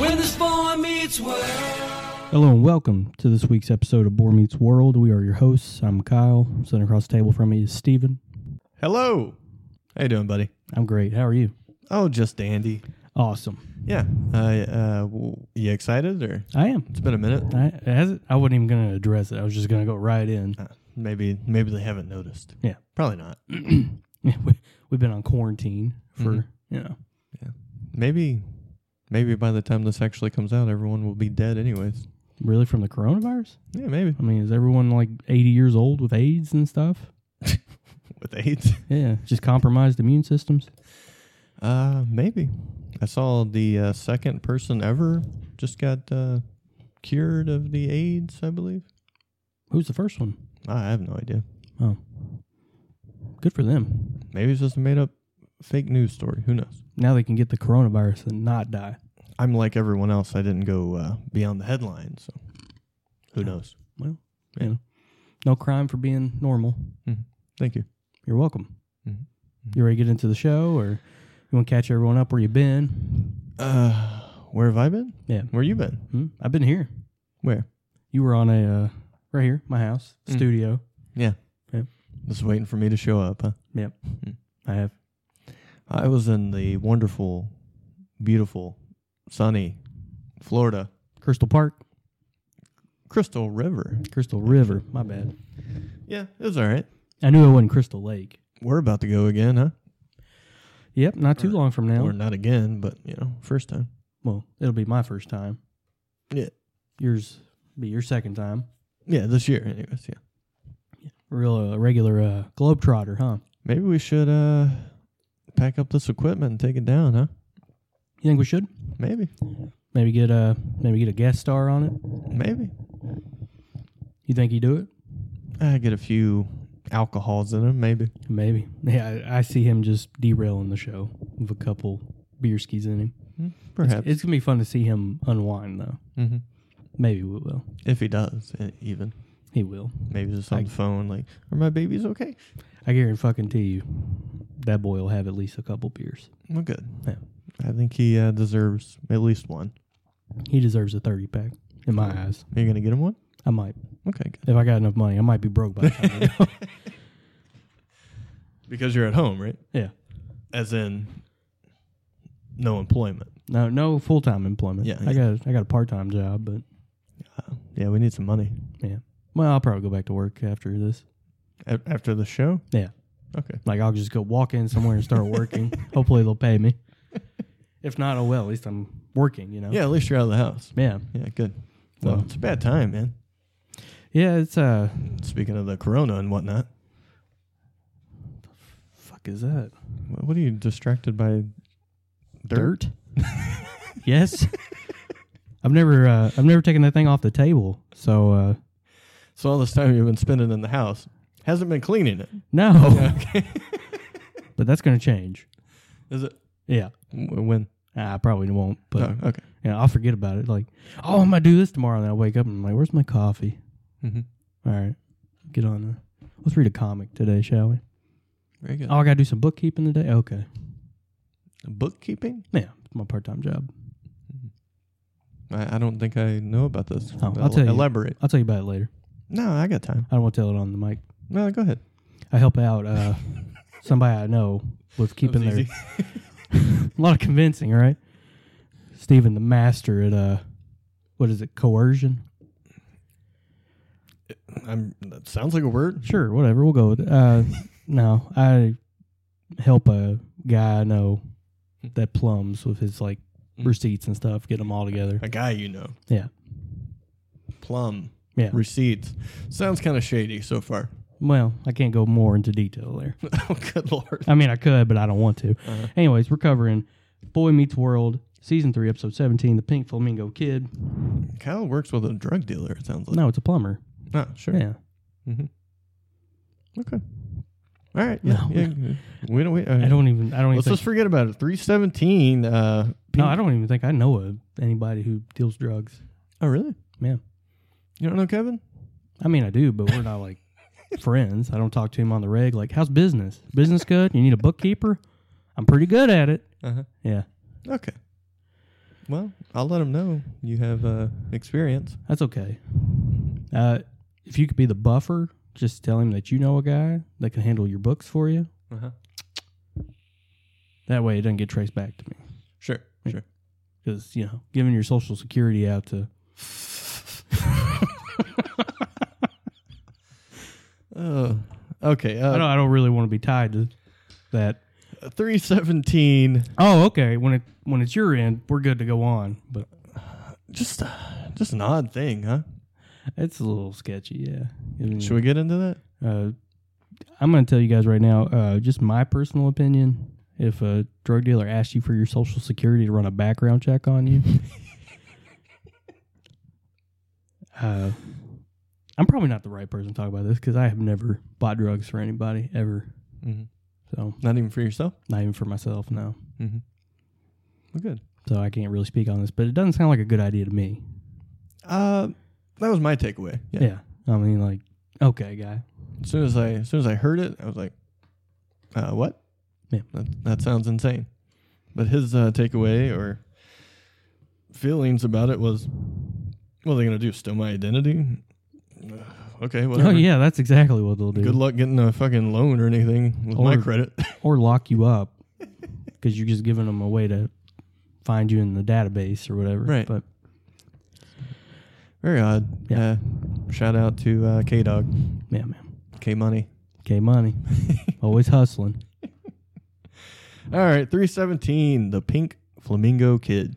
When this boy meets world. Hello and welcome to this week's episode of Boar Meets World. We are your hosts. I'm Kyle. Sitting across the table from me is Steven. Hello. How you doing, buddy? I'm great. How are you? Oh, just dandy. Awesome. Yeah. Uh, uh, w- you excited or? I am. It's been a minute. I, as it, I wasn't even going to address it. I was just going to go right in. Uh, maybe maybe they haven't noticed. Yeah. Probably not. Yeah, we, we've been on quarantine for, Mhm. you know. Maybe maybe by the time this actually comes out, everyone will be dead anyways. Really from the coronavirus? Yeah, maybe I mean, is everyone like 80 years old with AIDS and stuff? with AIDS. Yeah, just compromised immune systems. Uh, maybe. I saw the uh, second person ever just got uh, cured of the AIDS. I believe. Who's the first one? I have no idea. Oh. Good for them. Maybe it's just a made up fake news story. Who knows? Now they can get the coronavirus and not die. I'm like everyone else. I didn't go uh, beyond the headline, so who knows? Well, Yeah. you know, no crime for being normal. Thank you. You're welcome. Mhm. You ready to get into the show, or you want to catch everyone up where you've been? Uh, where have I been? Yeah, Where you been? hmm? I've been here. Where? You were on a uh, right here, my house Mm. studio. Yeah. Yep. Just waiting for me to show up, huh? Yep, Mm. I have. I was in the wonderful, beautiful, sunny Florida Crystal Park, Crystal River. Crystal River. My bad. Yeah, it was all right. I knew it wasn't Crystal Lake. We're about to go again, huh? Yep, not too Or- long from now. Or not again, but you know, first time. Well, it'll be my first time. Yeah. Yours be your second time. Yeah, this year, anyways. Yeah. Real uh, regular uh, globetrotter, huh? Maybe we should uh pack up this equipment and take it down, huh? You think we should Maybe. maybe get a maybe get a guest star on it? Maybe. You think you do it? I get a few alcohols in them, maybe. Maybe. Yeah, I, I see him just derailing the show with a couple beer skis in him. It's, Perhaps. it's gonna be fun to see him unwind though. hmm Maybe we will. If he does, e- even. He will. Maybe just on I- the phone, like, are my babies okay? I guarantee fucking to you, that boy will have at least a couple beers. Well, good. Yeah. I think he uh, deserves at least one. He deserves a thirty pack. In my eyes, Are you going to get him one? I might. Okay, good. If I got enough money, I might be broke by the time. I go. Because you're at home, right? yeah. As in, no employment. No, no full time employment. Yeah, I yeah. got a, I got a part time job, but Uh, yeah, we need some money. yeah. Well, I'll probably go back to work after this. A- after the show? Yeah. Okay. Like I'll just go walk in somewhere and start working. Hopefully they'll pay me. If not, oh well. At least I'm working. You know. Yeah, at least you're out of the house. Yeah. Yeah, good. Well. Well, it's a bad time, man. Yeah. It's uh. Speaking of the corona and whatnot, Fuck is that? wh- what are you distracted by? Dirt. yes. I've never uh, I've never taken that thing off the table. So uh, So all this time you've been spending in the house hasn't been cleaning it. no. but that's gonna change. Is it Yeah. W- when? I probably won't. But oh, okay. you know, I'll forget about it. Like, oh, I'm gonna do this tomorrow. And I wake up and I'm like, where's my coffee? Mm-hmm. All right. Get on. Uh, let's read a comic today, shall we? Very good. Oh, I gotta do some bookkeeping today. Okay. Bookkeeping? Yeah, it's my part time job. Mm-hmm. I, I don't think I know about this. Oh, I'll tell you. Elaborate. I'll tell you about it later. No, I got time. I don't want to tell it on the mic. No, go ahead. I help out uh, somebody I know with keeping That was their easy. a lot of convincing, right? Stephen the master at uh what is it, coercion? I'm, that sounds like a word. Sure, whatever, we'll go with it. Uh no. I help a guy I know that plums with his like Mm. receipts and stuff, get them all together. A guy you know. Yeah. Plum. Yeah. Receipts. Sounds kind of shady so far. Well, I can't go more into detail there. oh, good lord. I mean, I could, but I don't want to. Uh-huh. Anyways, we're covering Boy Meets World, season three, episode seventeen, the Pink Flamingo Kid. Kyle works with a drug dealer, it sounds like. No, it's a plumber. Ah, sure. Yeah, Okay. All right. Yeah. No. yeah. We don't. We, uh, I don't even. I don't even. Let's Think, just forget about it. Three seventeen. Uh, no, I don't even think I know of anybody who deals drugs. Oh, really? Yeah, You don't know Kevin? I mean, I do, but we're not like friends. I don't talk to him on the reg. Like, how's business? Business good? You need a bookkeeper? I'm pretty good at it. Uh-huh. Yeah, Okay. Well, I'll let him know you have uh, experience. that's okay. Uh, if you could be the buffer, just tell him that you know a guy that can handle your books for you. Uh-huh. That way, it doesn't get traced back to me. Sure. Mm. Sure. because you know giving your social security out to Oh. Okay. I Uh, don't I don't really want to be tied to that. three seventeen. Oh, okay. When it when it's your end, we're good to go on. But Just, uh, just an odd thing, huh? it's a little sketchy, yeah. Should we get into that? Uh, I'm going to tell you guys right now, uh, just my personal opinion. If a drug dealer asked you for your social security to run a background check on you, uh, I'm probably not the right person to talk about this because I have never bought drugs for anybody ever. Mhm. So Not even for yourself. not even for myself, no. Mm-hmm. Well, good. So I can't really speak on this, but it doesn't sound like a good idea to me. Uh, that was my takeaway. Yeah. I mean, like, okay, guy. As soon as I as soon as I heard it, I was like, uh, "What? Yeah. That, that sounds insane." But his uh, takeaway or feelings about it was, "What are they going to do? Steal my identity?" Ugh, okay, whatever. Oh, yeah, that's exactly what they'll do. Good luck getting a fucking loan or anything with my Or- credit. Or lock you up because you're just giving them a way to find you in the database or whatever. Right. But Very odd. Yeah. Uh, shout out to uh, K Dog, yeah, man. K Money. K Money. Always hustling. All right, three seventeen. The Pink Flamingo Kid.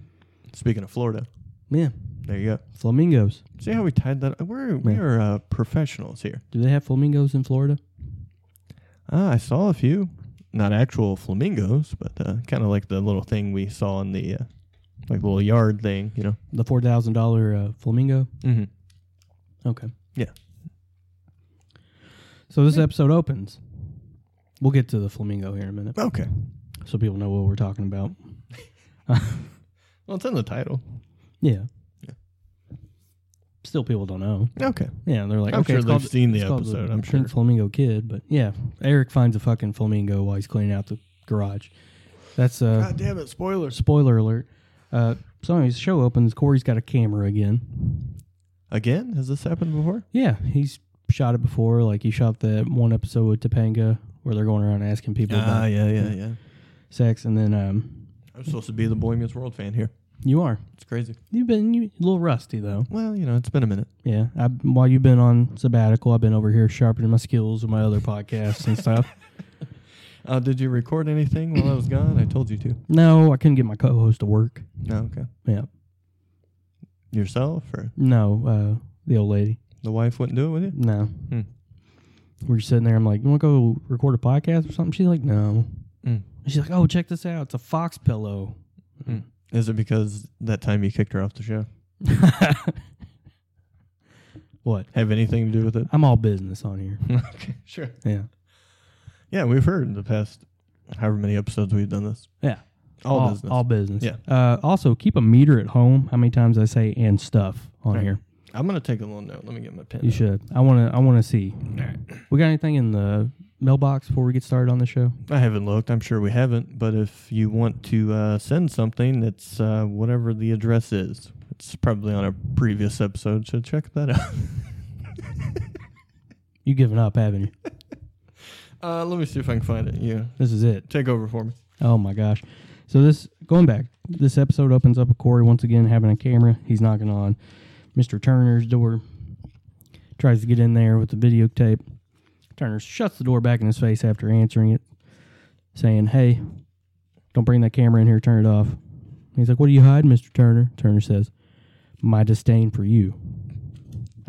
Speaking of Florida, Yeah. there you go. Flamingos. See how we tied that? We're we Yeah. are uh, professionals here. Do they have flamingos in Florida? Ah, I saw a few, not actual flamingos, but uh, kind of like the little thing we saw in the uh, like little yard thing, you know. The $4,000 uh, flamingo? Mm-hmm. Okay. Yeah. So this episode opens. We'll get to the flamingo here in a minute Okay. so people know what we're talking about. Well, it's in the title. Yeah. Still, people don't know. Okay. Yeah, they're like, I'm okay, sure it's they've called seen the it's called episode, I'm Pink sure. Flamingo Kid, but yeah, Eric finds a fucking flamingo while he's cleaning out the garage. That's a uh, God damn it! Spoilers spoiler alert. Uh, so, anyways, the show opens. Corey's got a camera again. again. Has this happened before? Yeah, he's shot it before. Like he shot that one episode with Topanga where they're going around asking people about Ah, yeah, yeah, yeah. sex, and then um, I'm supposed to be the Boy Meets World fan here. you are It's crazy. you've been you, a little rusty though. Well, you know, it's been a minute. Yeah, I, while you've been on sabbatical, I've been over here sharpening my skills with my other podcasts and stuff. Uh, did you record anything while I was gone? I told you to. No, I couldn't get my co-host to work. No. Okay. Yeah, Yourself or no, uh, the old lady. the wife wouldn't do it with you? No, Hmm. we were sitting there. I'm like, "You want to go record a podcast or something?" She's like, "No." Hmm. She's like, "Oh, check this out. It's a fox pillow." Is it because that time you kicked her off the show? What? Have anything to do with it? I'm all business on here. okay. Sure. Yeah, Yeah, we've heard in the past however many episodes we've done this. yeah. All, business. All business. Yeah. Uh, also, keep a meter at home. How many times I say "and stuff" on Right. here? I'm gonna take a little note. Let me get my pen. You out. should. I want to. I want to see. We got anything in the mailbox before we get started on the show? I haven't looked. I'm sure we haven't. But if you want to uh, send something, it's uh, whatever the address is. It's probably on a previous episode, so check that out. You giving up, haven't you? Uh, let me see if I can find it. Yeah, This is it. take over for me. Oh my gosh. So this going back, this episode opens up with Corey once again having a camera. He's knocking on Mr. Turner's door. Tries to get in there with the videotape. Turner shuts the door back in his face after answering it, saying, Hey, don't bring that camera in here, turn it off. He's like, What do you hide, Mr. Turner? Turner says, My disdain for you.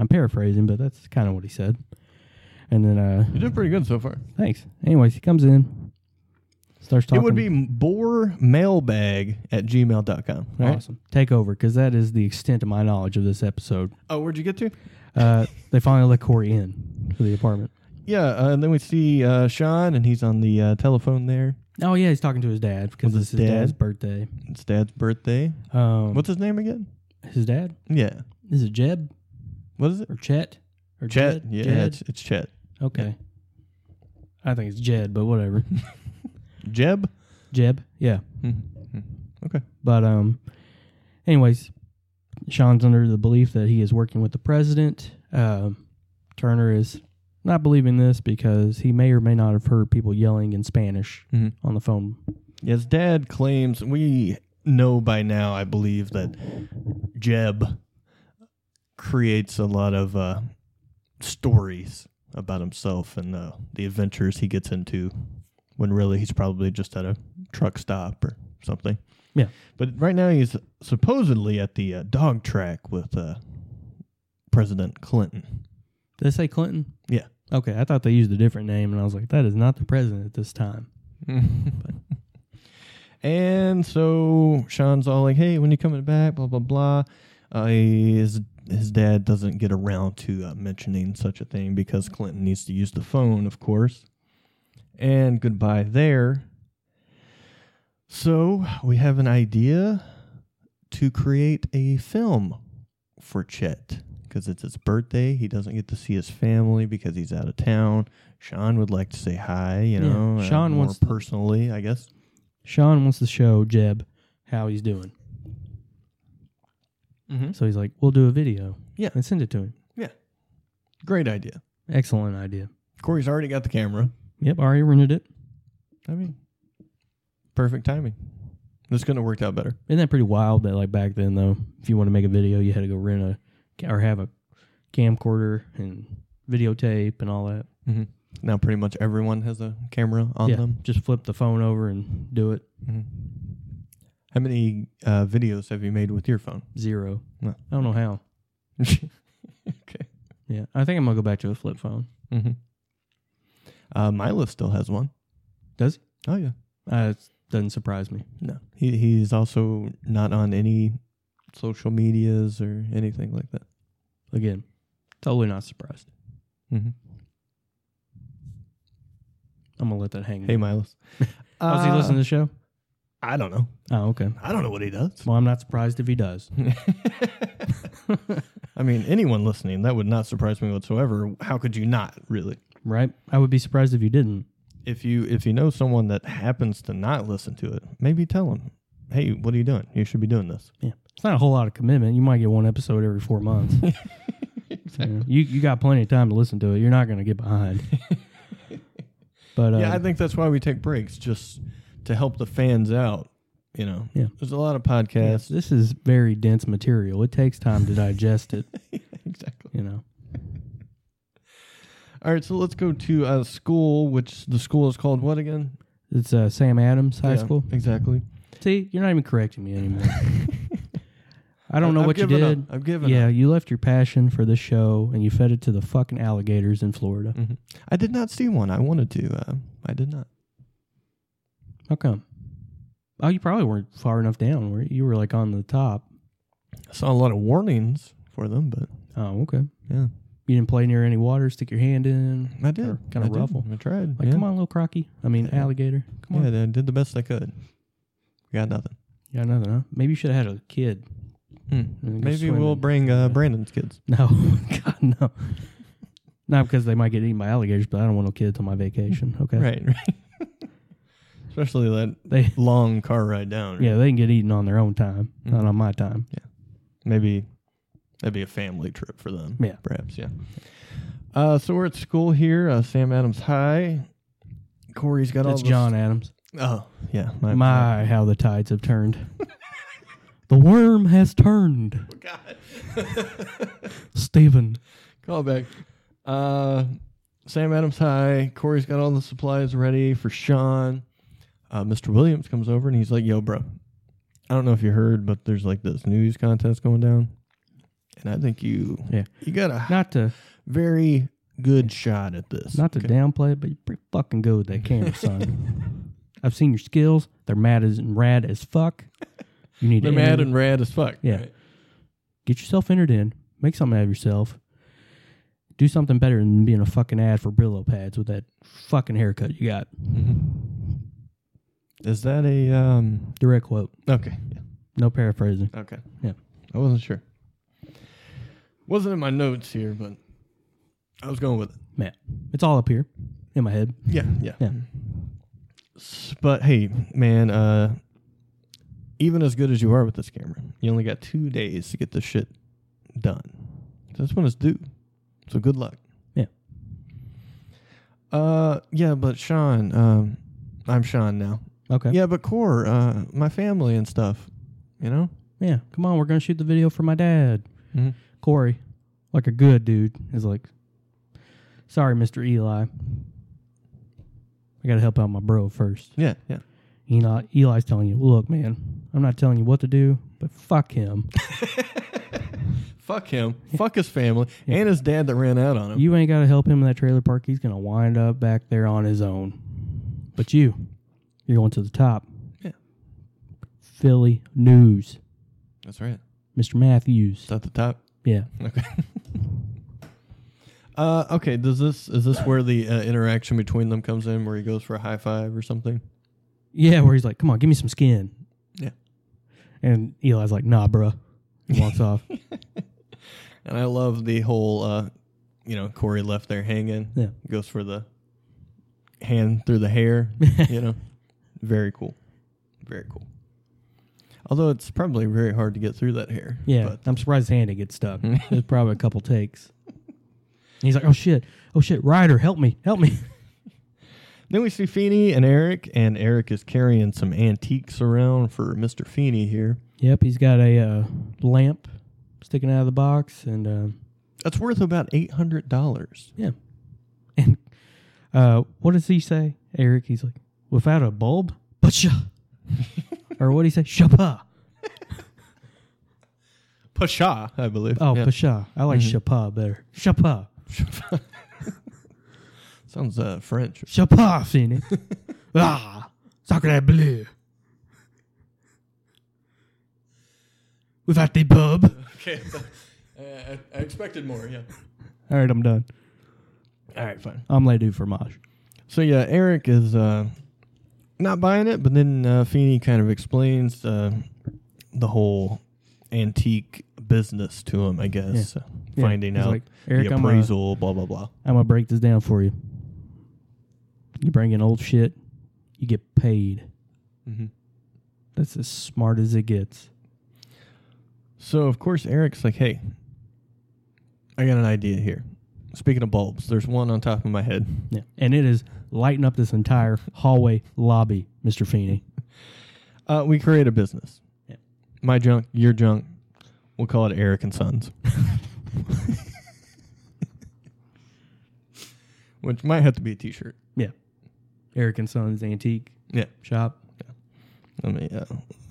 I'm paraphrasing, but that's kind of what he said. And then, uh, You're doing pretty good so far. thanks. Anyways, he comes in, starts talking. It would be boremailbag at gmail.com. Right? awesome. Take over because that is the extent of my knowledge of this episode. Oh, where'd you get to? Uh, they finally let Corey in to the apartment. Yeah, uh, and then we see uh, Sean, and he's on the uh, telephone there. Oh yeah, he's talking to his dad because Was it's his his dad's dad? birthday. It's Dad's birthday. Um, What's his name again? his dad? Yeah. Is it Jeb What is it? or Chet or Chet. Jed? Yeah, Jed? It's, it's Chet. Okay. I think it's Jed, but whatever. Jeb? Jeb. Yeah. Mm-hmm. Okay. But um, anyways, Sean's under the belief that he is working with the president. Um, Turner is not believing this because he may or may not have heard people yelling in Spanish Mhm. on the phone. Yes, Dad claims we know by now, I believe, that Jeb creates a lot of uh, stories about himself and uh, the adventures he gets into when really he's probably just at a truck stop or something. Yeah. But right now he's supposedly at the uh, dog track with uh, President Clinton. Did they say Clinton? Yeah. Okay, I thought they used a different name, and I was like, that is not the president at this time. And so Sean's all like, "Hey, when you coming back?" Blah blah blah. Uh, his his dad doesn't get around to uh, mentioning such a thing because Clinton needs to use the phone, of course. And goodbye there. So we have an idea to create a film for Chet because it's his birthday. He doesn't get to see his family because he's out of town. Sean would like to say hi, you Yeah, know. uh, Sean more wants- personally, I guess. Sean wants to show Jeb how he's doing. Mhm. So he's like, we'll do a video. Yeah. And send it to him. Great idea. Excellent idea. Corey's already got the camera. Yep, already rented it. I mean, perfect timing. This couldn't have worked out better. Isn't that pretty wild that like back then though, if you want to make a video, you had to go rent a ca- or have a camcorder and videotape and all that. Now, pretty much everyone has a camera on yeah, them. Mm-hmm. just flip the phone over and do it. How many uh, videos have you made with your phone? Mm-hmm. Zero. Yeah. I don't know how. okay. Yeah, I think I'm gonna go back to a flip phone. Mm-hmm. Uh, Milo still has one. Does he? Oh yeah. Uh, it doesn't surprise me. No, he he's also not on any social medias or anything like that. Again, totally not surprised. Mm-hmm. I'm gonna let that hang. Hey, Miles. oh, does he listen to the show? I don't know. Oh, okay. I don't know what he does. Well, I'm not surprised if he does. Hmm. I mean, anyone listening, that would not surprise me whatsoever. How could you not, really? right? I would be surprised if you didn't. If you if you know someone that happens to not listen to it, maybe tell them, "Hey, what are you doing? You should be doing this." Yeah, it's not a whole lot of commitment. You might get one episode every four months. You, know, you you got plenty of time to listen to it. You're not going to get behind. but uh, yeah, I think that's why we take breaks, just to help the fans out. You know, Yeah. there's a lot of podcasts. this is very dense material. It takes time to digest it. exactly. You know, All right, so let's go to uh, school, which the school is called what again? it's uh, Sam Adams High Yeah, School. Exactly. See, you're not even correcting me anymore. I don't know I've what you given up. did. I've given yeah, you left your passion for this show and you fed it to the fucking alligators in Florida. I did not see one. I wanted to. Uh, I did not. How come? Oh, you probably weren't far enough down. Were you? you were like on the top. I saw a lot of warnings for them, but Oh, okay. yeah. You didn't play near any water. Stick your hand in. I did. Or kinda I did. ruffle. I tried. Like, yeah. come on, little crocky. I mean, alligator. Come on. Yeah, I did the best I could. Got nothing. Yeah, nothing, huh? Maybe you should have had a kid. And go Maybe we'll Hmm. swimming. bring uh, Brandon's kids. No, God, no. Not because they might get eaten by alligators, but I don't want no kids on my vacation. Okay. Right, right. Especially that They, long car ride down. right? yeah, they can get eaten on their own time, not Mm-hmm. on my time. Maybe that'd be a family trip for them. Yeah. Perhaps, yeah. Uh, so we're at school here, uh, Sam Adams High. Corey's got all That's this- John Adams. Oh, yeah. My, how the tides have turned. the worm has turned. Oh, Stephen. Call back. Uh, Sam Adams High. Corey's got all the supplies ready for Sean. Uh, Mr. Williams comes over and he's like, "Yo, bro, I don't know if you heard, but there's like this news contest going down, and I think you, Yeah. you got a Not to very good shot at this. Not to downplay it, but you're pretty fucking good with that camera, son. I've seen your skills. They're mad as and rad as fuck. You need They're to mad enter- and rad as fuck. Yeah. right? get yourself entered in. Make something out of yourself. Do something better than being a fucking ad for Brillo pads with that fucking haircut you got. Mm-hmm. Is that a um? Direct quote. Okay. Yeah. No paraphrasing. Okay. Yeah. I wasn't sure. Wasn't in my notes here, but I was going with it. Man, it's all up here in my head. Yeah, yeah. Yeah. Mm-hmm. S- But hey, man, uh even as good as you are with this camera, you only got two days to get this shit done. That's when it's due. So good luck. Yeah. Uh yeah, but Sean, um I'm Sean now. Okay. Yeah, but Core, uh my family and stuff, you know? Yeah. Come on, we're gonna shoot the video for my dad. Mhm. Mm-hmm. Corey, like a good dude, is like, sorry, Mister Eli. I gotta help out my bro first. Yeah, yeah. Eli, Eli's telling you, look, man, I'm not telling you what to do, but fuck him. Fuck him. Fuck his family and his dad that ran out on him. You ain't got to help him in that trailer park. He's going to wind up back there on his own. But you, you're going to the top. Yeah. Philly News, That's right. Mr. Matthews. It's at the top. Yeah. Okay. uh, okay. Does this is this where the uh, interaction between them comes in, where he goes for a high five or something? Yeah, where he's like, come on, give me some skin. Yeah. And Eli's like, nah, bruh. He walks off. And I love the whole, uh, you know, Corey left there hanging. Yeah. Goes for the hand through the hair. you know, very cool, very cool. Although it's probably very hard to get through that hair. Yeah. But I'm surprised his hand didn't get stuck. There's probably a couple takes. And he's like, oh shit. Oh shit. Ryder, help me. Help me. Then we see Feeney and Eric, and Eric is carrying some antiques around for Mister Feeney here. yep. He's got a uh, lamp sticking out of the box and. Uh, That's worth about eight hundred dollars. Yeah. And uh, what does he say, Eric? He's like, without a bulb, but ya. or what do he say? Shapa. Pasha, I believe. Oh, Yeah. pasha. I like Mm-hmm. shapa better. Shapa. Sounds uh, French. Shapa, Fini. ah, sacre bleu. Without the bulb. Okay. I, expected more, yeah. All right, I'm done. All right, fine. Omelette du fromage. So, yeah, Eric is uh, not buying it, but then uh, Feeney kind of explains uh, the whole antique business to him, I guess. Uh, Yeah, Finding he's out like, "Eric, the I'm a- appraisal, blah, blah, blah. I'm going to break this down for you. You bring in old shit, you get paid. Mm-hmm. Mhm. That's as smart as it gets. So, of course, Eric's like, hey, I got an idea here. Speaking of bulbs, there's one on top of my head. Yeah. And it is lighting up this entire hallway lobby, Mr. Feeney. Uh, we create a business. Yeah. My junk, your junk. We'll call it Eric and Sons. Which might have to be a T-shirt. Yeah. Eric and Sons Antique Yeah. Shop. Let me uh,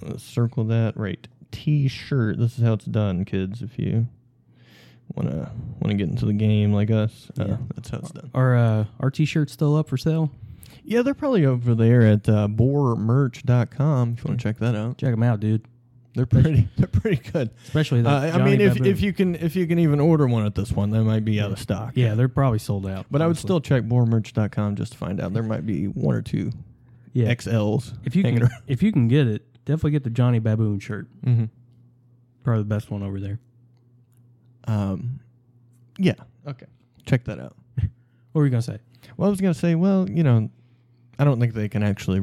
uh, circle that right. T-shirt. This is how it's done, kids. If you wanna wanna get into the game like us, uh, Yeah. that's how it's done. Are uh, our t shirts still up for sale? Yeah, they're probably over there at uh, boarmerch.com if you wanna check that out. Check them out, dude. Hmm. They're pretty. They're pretty good. Especially the. Uh, I Johnny mean, if, Baboon. if you can if you can even order one at this one, they might be out of stock. Yeah, they're probably sold out. But I would honestly. still check boremerch.com just to find out. There might be one or two Yeah. XLs. if you hanging can, around. if you can get it, definitely get the Johnny Baboon shirt. Mhm. Probably the best one over there. Um, yeah. Okay. Check that out. What were you gonna say? Well, I was going to say, well, you know, I don't think they can actually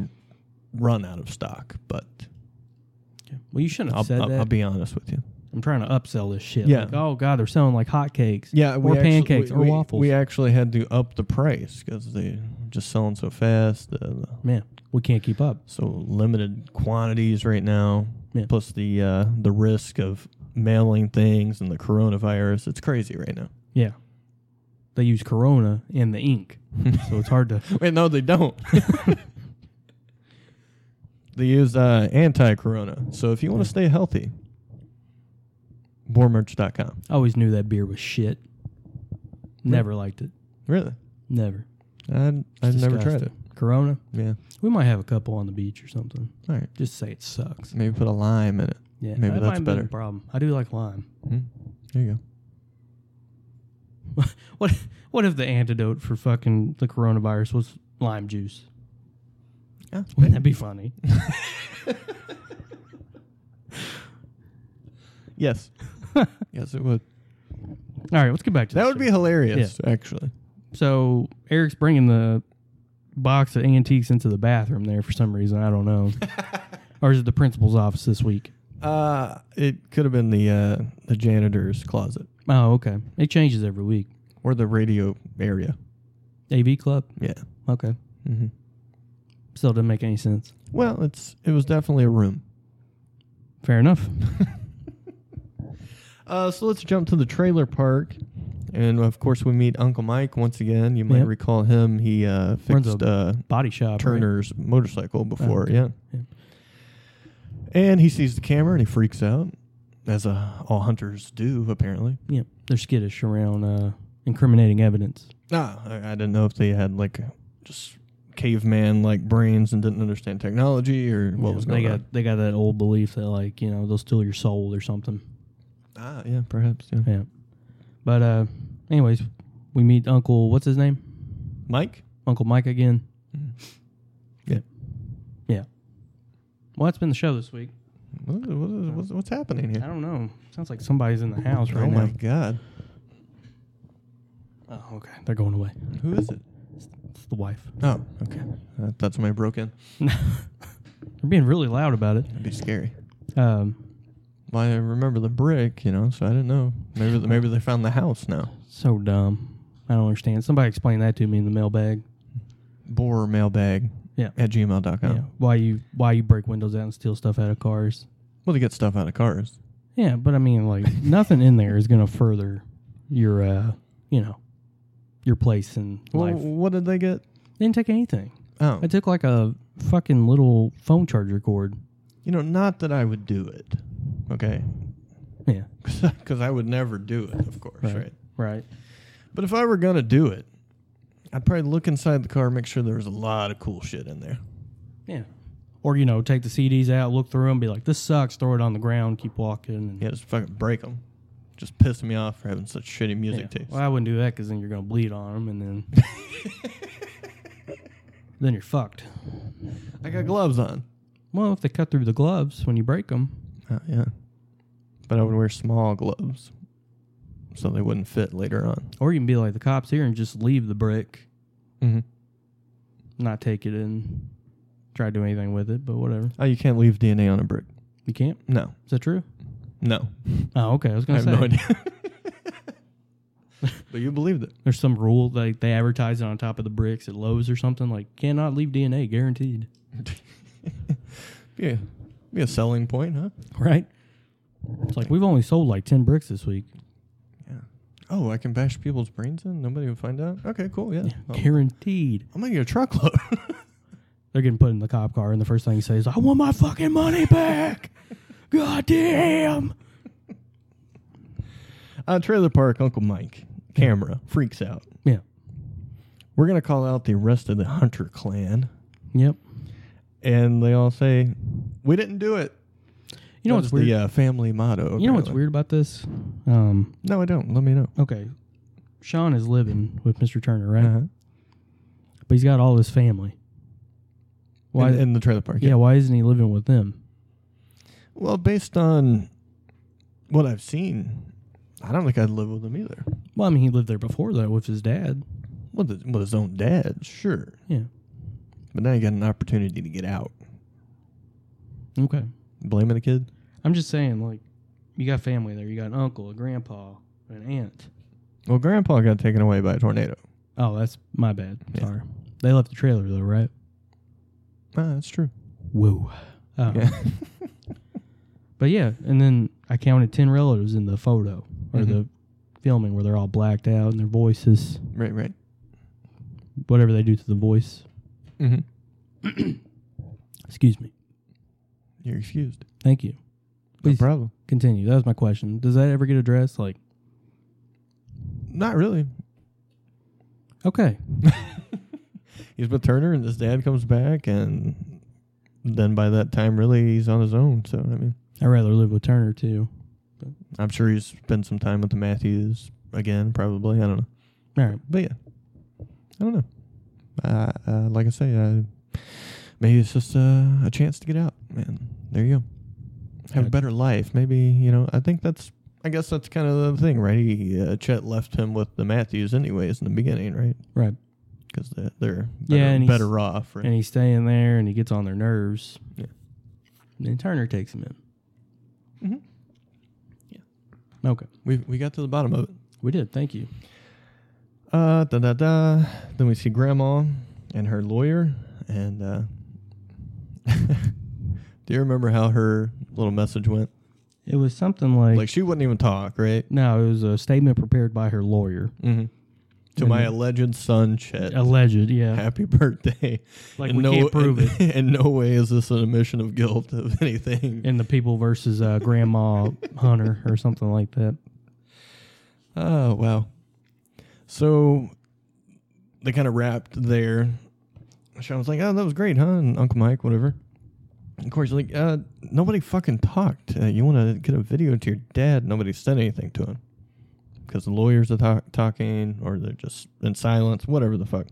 run out of stock, but Well, you shouldn't have I'll, said I'll, that. I'll be honest with you. I'm trying to upsell this shit. Yeah. Like, oh god, they're selling like hotcakes. or pancakes or waffles. We actually had to up the price because they just selling so fast. The, the Man, we can't keep up. so limited quantities right now. Yeah. Plus the uh, the risk of mailing things and the coronavirus. It's crazy right now. Yeah. They use Corona in the ink. so it's hard to. Wait, no, they don't. they use uh, anti-corona. So if you want to stay healthy, boremerch.com. I always knew that beer was shit. Never liked it. Really? Never. I'd, I've never tried it. Disgusting. Corona. Yeah. We might have a couple on the beach or something. All right. Just say it sucks. Maybe put a lime in it. Yeah, Maybe that that's might be better. a problem. I do like lime. Hmm. There you go. What What if the antidote for fucking the coronavirus was lime juice? Yeah. Wouldn't that be funny? Yes. yes, it would. All right, let's get back to That this would be shit. hilarious, actually. so. Eric's bringing the box of antiques into the bathroom there for some reason. I don't know. or is it the principal's office this week? Uh, it could have been the uh, the janitor's closet Oh, okay. It changes every week. or the radio area. AV club. Yeah. Okay. Mm-hmm. Still doesn't make any sense. Well, it's it was definitely a room. Fair enough. Uh, so let's jump to the trailer park, and of course we meet Uncle Mike once again. You might Yep. recall him. He uh, Runs a fixed uh, Body shop. right? Turner's motorcycle before, yeah. Yeah. And he sees the camera and he freaks out, as uh, all hunters do apparently. Yeah, they're skittish around uh, incriminating evidence. Ah, I, I didn't know if they had like just caveman like brains and didn't understand technology or what Yeah, was they going got on. they got that old belief that like you know they'll steal your soul or something. Ah, yeah, perhaps. Yeah. Yeah, but uh, anyways, we meet Uncle what's his name? Mike. Uncle Mike again. Yeah. Yeah. Well, that's been the show this week. What is- what is- what's, what's happening I here? don't know. Sounds like somebody's in the house right oh now. my god, Oh, okay. They're going away. who is it? It's the wife. Oh, okay. Uh, that's when I broke in. They're being really loud about it. That'd be scary. Um, Well, I remember the brick, you know, so I didn't know. Maybe th- maybe they found the house now. so dumb. I don't understand. Somebody explain that to me in the mailbag. Bore mailbag Yeah. at gmail.com. Yeah. Why you why you break windows out and steal stuff out of cars? Well, they get stuff out of cars. Yeah, but I mean, like nothing in there is gonna further your, uh, you know, your place in Well, life. what did they get? They didn't take anything. Oh, I took like a fucking little phone charger cord. you know, not that I would do it. Okay. Yeah, Because I would never do it, of course, right. Right. right. But if I were going to do it, I'd probably look inside the car, make sure there was a lot of cool shit in there. Yeah. Or you know, take the CDs out, look through them, be like, "This sucks." Throw it on the ground, keep walking. And, Yeah, just fucking break them. Just pissing me off for having such shitty music Yeah. taste. Well, I wouldn't do that because then you're gonna bleed on them, and then then you're fucked. I got gloves on. Well, if they cut through the gloves when you break them, Oh, yeah. But I would wear small gloves so they wouldn't fit later on. Or you can be like the cops here and just leave the brick, Mm-hmm. not take it and try to do anything with it, but whatever. Oh, you can't leave DNA on a brick. You can't? No. Is that true? No. Oh, okay. I was I going to have say. no idea. but you believed it. There's some rule like they advertise it on top of the bricks at Lowe's or something like cannot leave DNA guaranteed. Be a, be a selling point, huh? Right? It's like we've only sold like 10 bricks this week. Oh, I can bash people's brains in? Nobody will find out? Okay, cool, yeah. Oh. I'll- Guaranteed. I'm going to get a truckload. They're getting put in the cop car and the first thing he says, "I want my fucking money back." God damn. uh, trailer Park, Uncle Mike. Camera. Freaks out. Yeah. We're going to call out the rest of the Hunter clan. Yep. And they all say, we didn't do it. You know That what's was weird? The uh, family motto. You know what's apparently. weird about this? Um No, I don't. Let me know. okay, Sean is living with Mr. Turner, right? Uh-huh. But he's got all his family. Why? Why in, in the trailer park? yeah, why isn't he living with them? Well, based on what I've seen, I don't think I'd live with him either. Well, I mean, he lived there before though with his dad. With, his- with his own dad, sure, Yeah. but now you got an opportunity to get out. Okay. Blaming the kid? I'm just saying, like, you got family there. You got an uncle, a grandpa, an aunt. Well, Grandpa got taken away by a tornado. Oh, that's my bad. Yeah. Sorry. They left the trailer though, right? Ah, that's true. Whoa. Uh, Yeah. But yeah, and then I counted ten relatives in the photo or the filming where they're all blacked out and their voices, right, right. whatever they do to the voice. Mm-hmm. Excuse me. You're excused. Thank you. No Please. problem. Continue. That was my question. Does that ever get addressed? Like, Not really. Okay. He's with Turner, and his dad comes back, and then by that time, really, he's on his own. So I mean, I'd rather live with Turner too. I'm sure he's spent some time with the Matthews again, probably. I don't know, All right. but yeah, I don't know. Uh, uh, like I say, uh, maybe it's just uh, a chance to get out, man. There you go, have a Yeah. better life. Maybe you know. I think that's. I guess that's kind of the thing, right? He, uh, Chet left him with the Matthews, anyways, in the beginning, right? Right. Because they're, they're better, Yeah, and he's- better off, right? And he's staying there and he gets on their nerves. Yeah. And then Turner takes him in. Mhm. Yeah. Okay. we we got to the bottom of it. We did. Thank you. Uh, da da da. Then we see Grandma and her lawyer, and uh, do you remember how her little message went? It was something like, Like she wouldn't even talk, right? no, it was a statement prepared by her lawyer. Mm-hmm. To my alleged son, Chet. Alleged, yeah. Happy birthday. Like, In we can't prove in, it. In no way is this an admission of guilt of anything. in the people versus uh, Grandma Hunter or something like that. Oh, wow. So they kind of wrapped there. Sean was like, oh, that was great, huh? And Uncle Mike, whatever. Of course, like, uh, nobody fucking talked. Uh, you want to get a video to your dad? Nobody said anything to him. Because the lawyers are talk- talking or they're just in silence, whatever the fuck.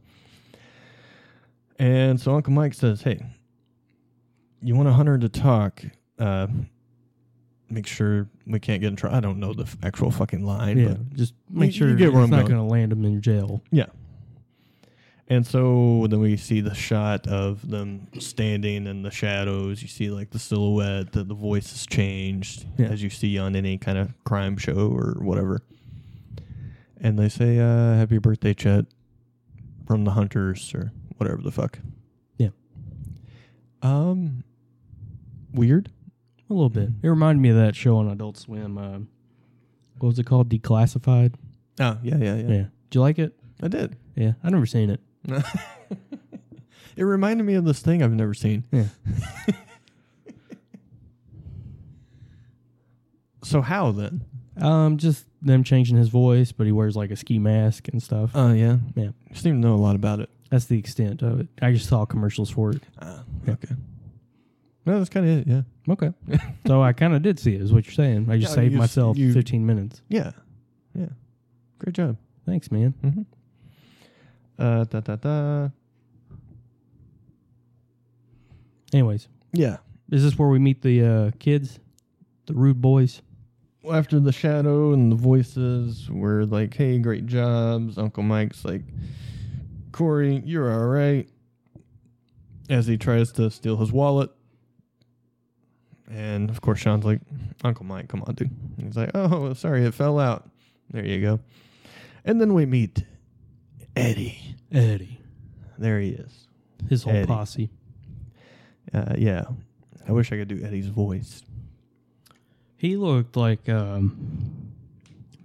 And so Uncle Mike says, hey, you want a hunter to talk? Uh, make sure we can't get in trouble. I don't know the f- actual fucking line, Yeah, but just make you sure get where it's I'm not going. going to land him in jail. yeah. And so then we see the shot of them standing in the shadows. You see like the silhouette, the, the voice has changed Yeah. as you see on any kind of crime show or whatever. And they say, uh, Happy birthday, Chet, from the Hunters or whatever the fuck. Yeah. Um, weird. A little bit. Mm-hmm. It reminded me of that show on Adult Swim. Uh, what was it called? Declassified. Oh, yeah, yeah, yeah. Ah, Yeah. Did you like it? I did. Yeah. I've never seen it. It reminded me of this thing I've never seen. Yeah. So, how then? Um, just them changing his voice, but he wears like a ski mask and stuff. Oh, yeah. yeah. You seem to know a lot about it. That's the extent of it. I just saw commercials for it. Ah, Yeah. okay. No, that's kind of it. Yeah. Okay. so I kind of did see it, is what you're saying. I just Yeah, saved you s- myself you- 15 minutes. Yeah. Yeah. Great job. Mm-hmm. Thanks, man. Uh, da da da. Anyways, Yeah. is this where we meet the uh, kids, the rude boys? Well, after the shadow and the voices were like, "Hey, great jobs," Uncle Mike's like, "Corey, you're all right," as he tries to steal his wallet. And of course, Sean's like, "Uncle Mike, come on, dude." And he's like, "Oh, sorry, it fell out." There you go. And then we meet Eddie. Eddie, There he is. his whole Eddie. posse. Uh, yeah, I wish I could do Eddie's voice. He looked like um,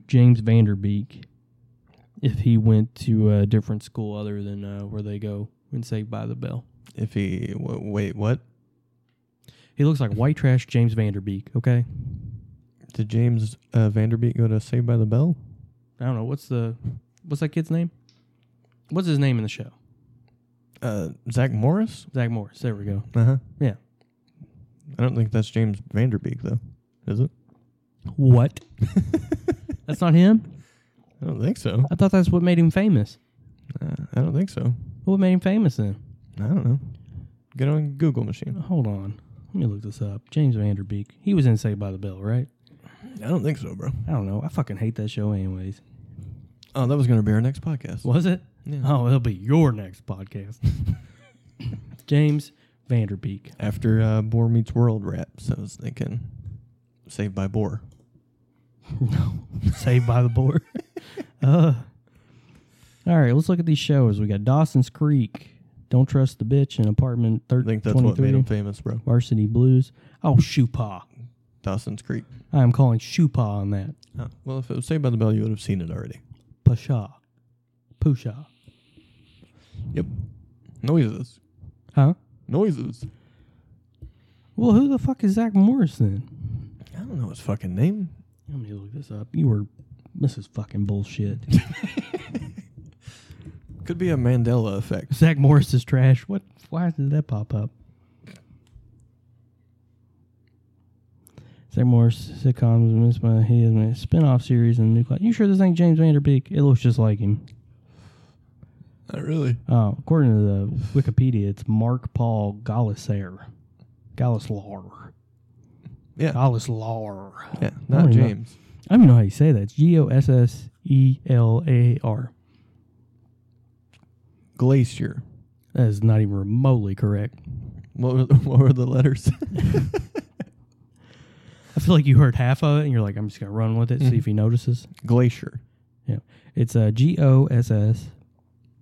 James Vanderbeek if he went to a different school other than uh, where they go and Saved by the Bell. If he w- wait, what He looks like white trash James Vanderbeek. Okay, did James uh, Vanderbeek go to Saved by the Bell? I don't know what's the what's that kid's name? What's his name in the show? Uh, Zach Morris. Zach Morris. There we go. Uh huh. Yeah. I don't think that's James Vanderbeek though, is it? What? that's not him. I don't think so. I thought that's what made him famous. Uh, I don't think so. What made him famous then? I don't know. Get on Google machine. Hold on. Let me look this up. James Vanderbeek. He was in Saved by the Bell, right? I don't think so, bro. I don't know. I fucking hate that show, anyways. Oh, that was gonna be our next podcast. Was it? Yeah. Oh, it'll be your next podcast. James Vanderbeek. After uh, Boar Meets World wraps, I was thinking Saved by Boar. Saved by the Board. uh, all right, let's look at these shows. We got Dawson's Creek, Don't Trust the Bitch, and Apartment I 13. think that's what made him famous, bro. Varsity Blues. Oh, Shoopaw. Dawson's Creek. I am calling Shoopaw on that. Oh, well, if it was Saved by the Bell, you would have seen it already. Pasha. Pusha. Yep. Noises. Huh? Noises. Well, who the fuck is Zach Morris then? I don't know his fucking name. Let me look this up. You were. This is fucking bullshit. Could be a Mandela effect. Zach Morris is trash. What? Why did that pop up? Zach Morris sitcoms missed by he has a spin-off series and new class. You sure this ain't James Vanderbeek? It looks just like him. Not really. Uh, according to the Wikipedia, it's Mark Paul Gallisair. Gallislar. Yeah. Gallislar. Yeah, not really not. James. I don't even know how you say that. It's G O S S E L A R. Glacier. That is not even remotely correct. What were, what were the letters? I feel like you heard half of it and you're like, I'm just going to run with it, see if he notices. Glacier. Yeah. It's uh, G O S S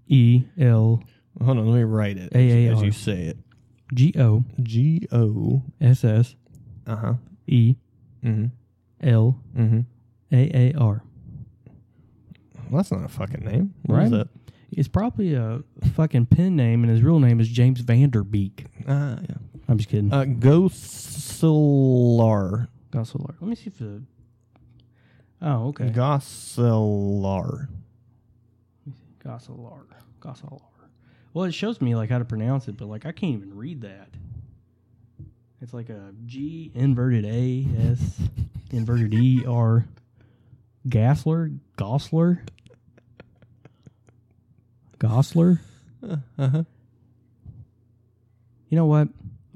E L Hold on, let me write it as, as AAR. you say it. G O G O. S S Uh huh. E Mm L hmm. Mm hmm. A A R. Well, that's not a fucking name. What is Right? that? It's probably a fucking pen name and his real name is James Vanderbeek. Ah, yeah. I'm just kidding. Uh, Goslar. Gosselar. Let me see if the. Oh, okay. Goslar. Gosselar. Gosselar. Well, it shows me like how to pronounce it, but like I can't even read that. It's like a G inverted A S inverted E R. Gassler, Gossler, Gossler. Uh huh. You know what?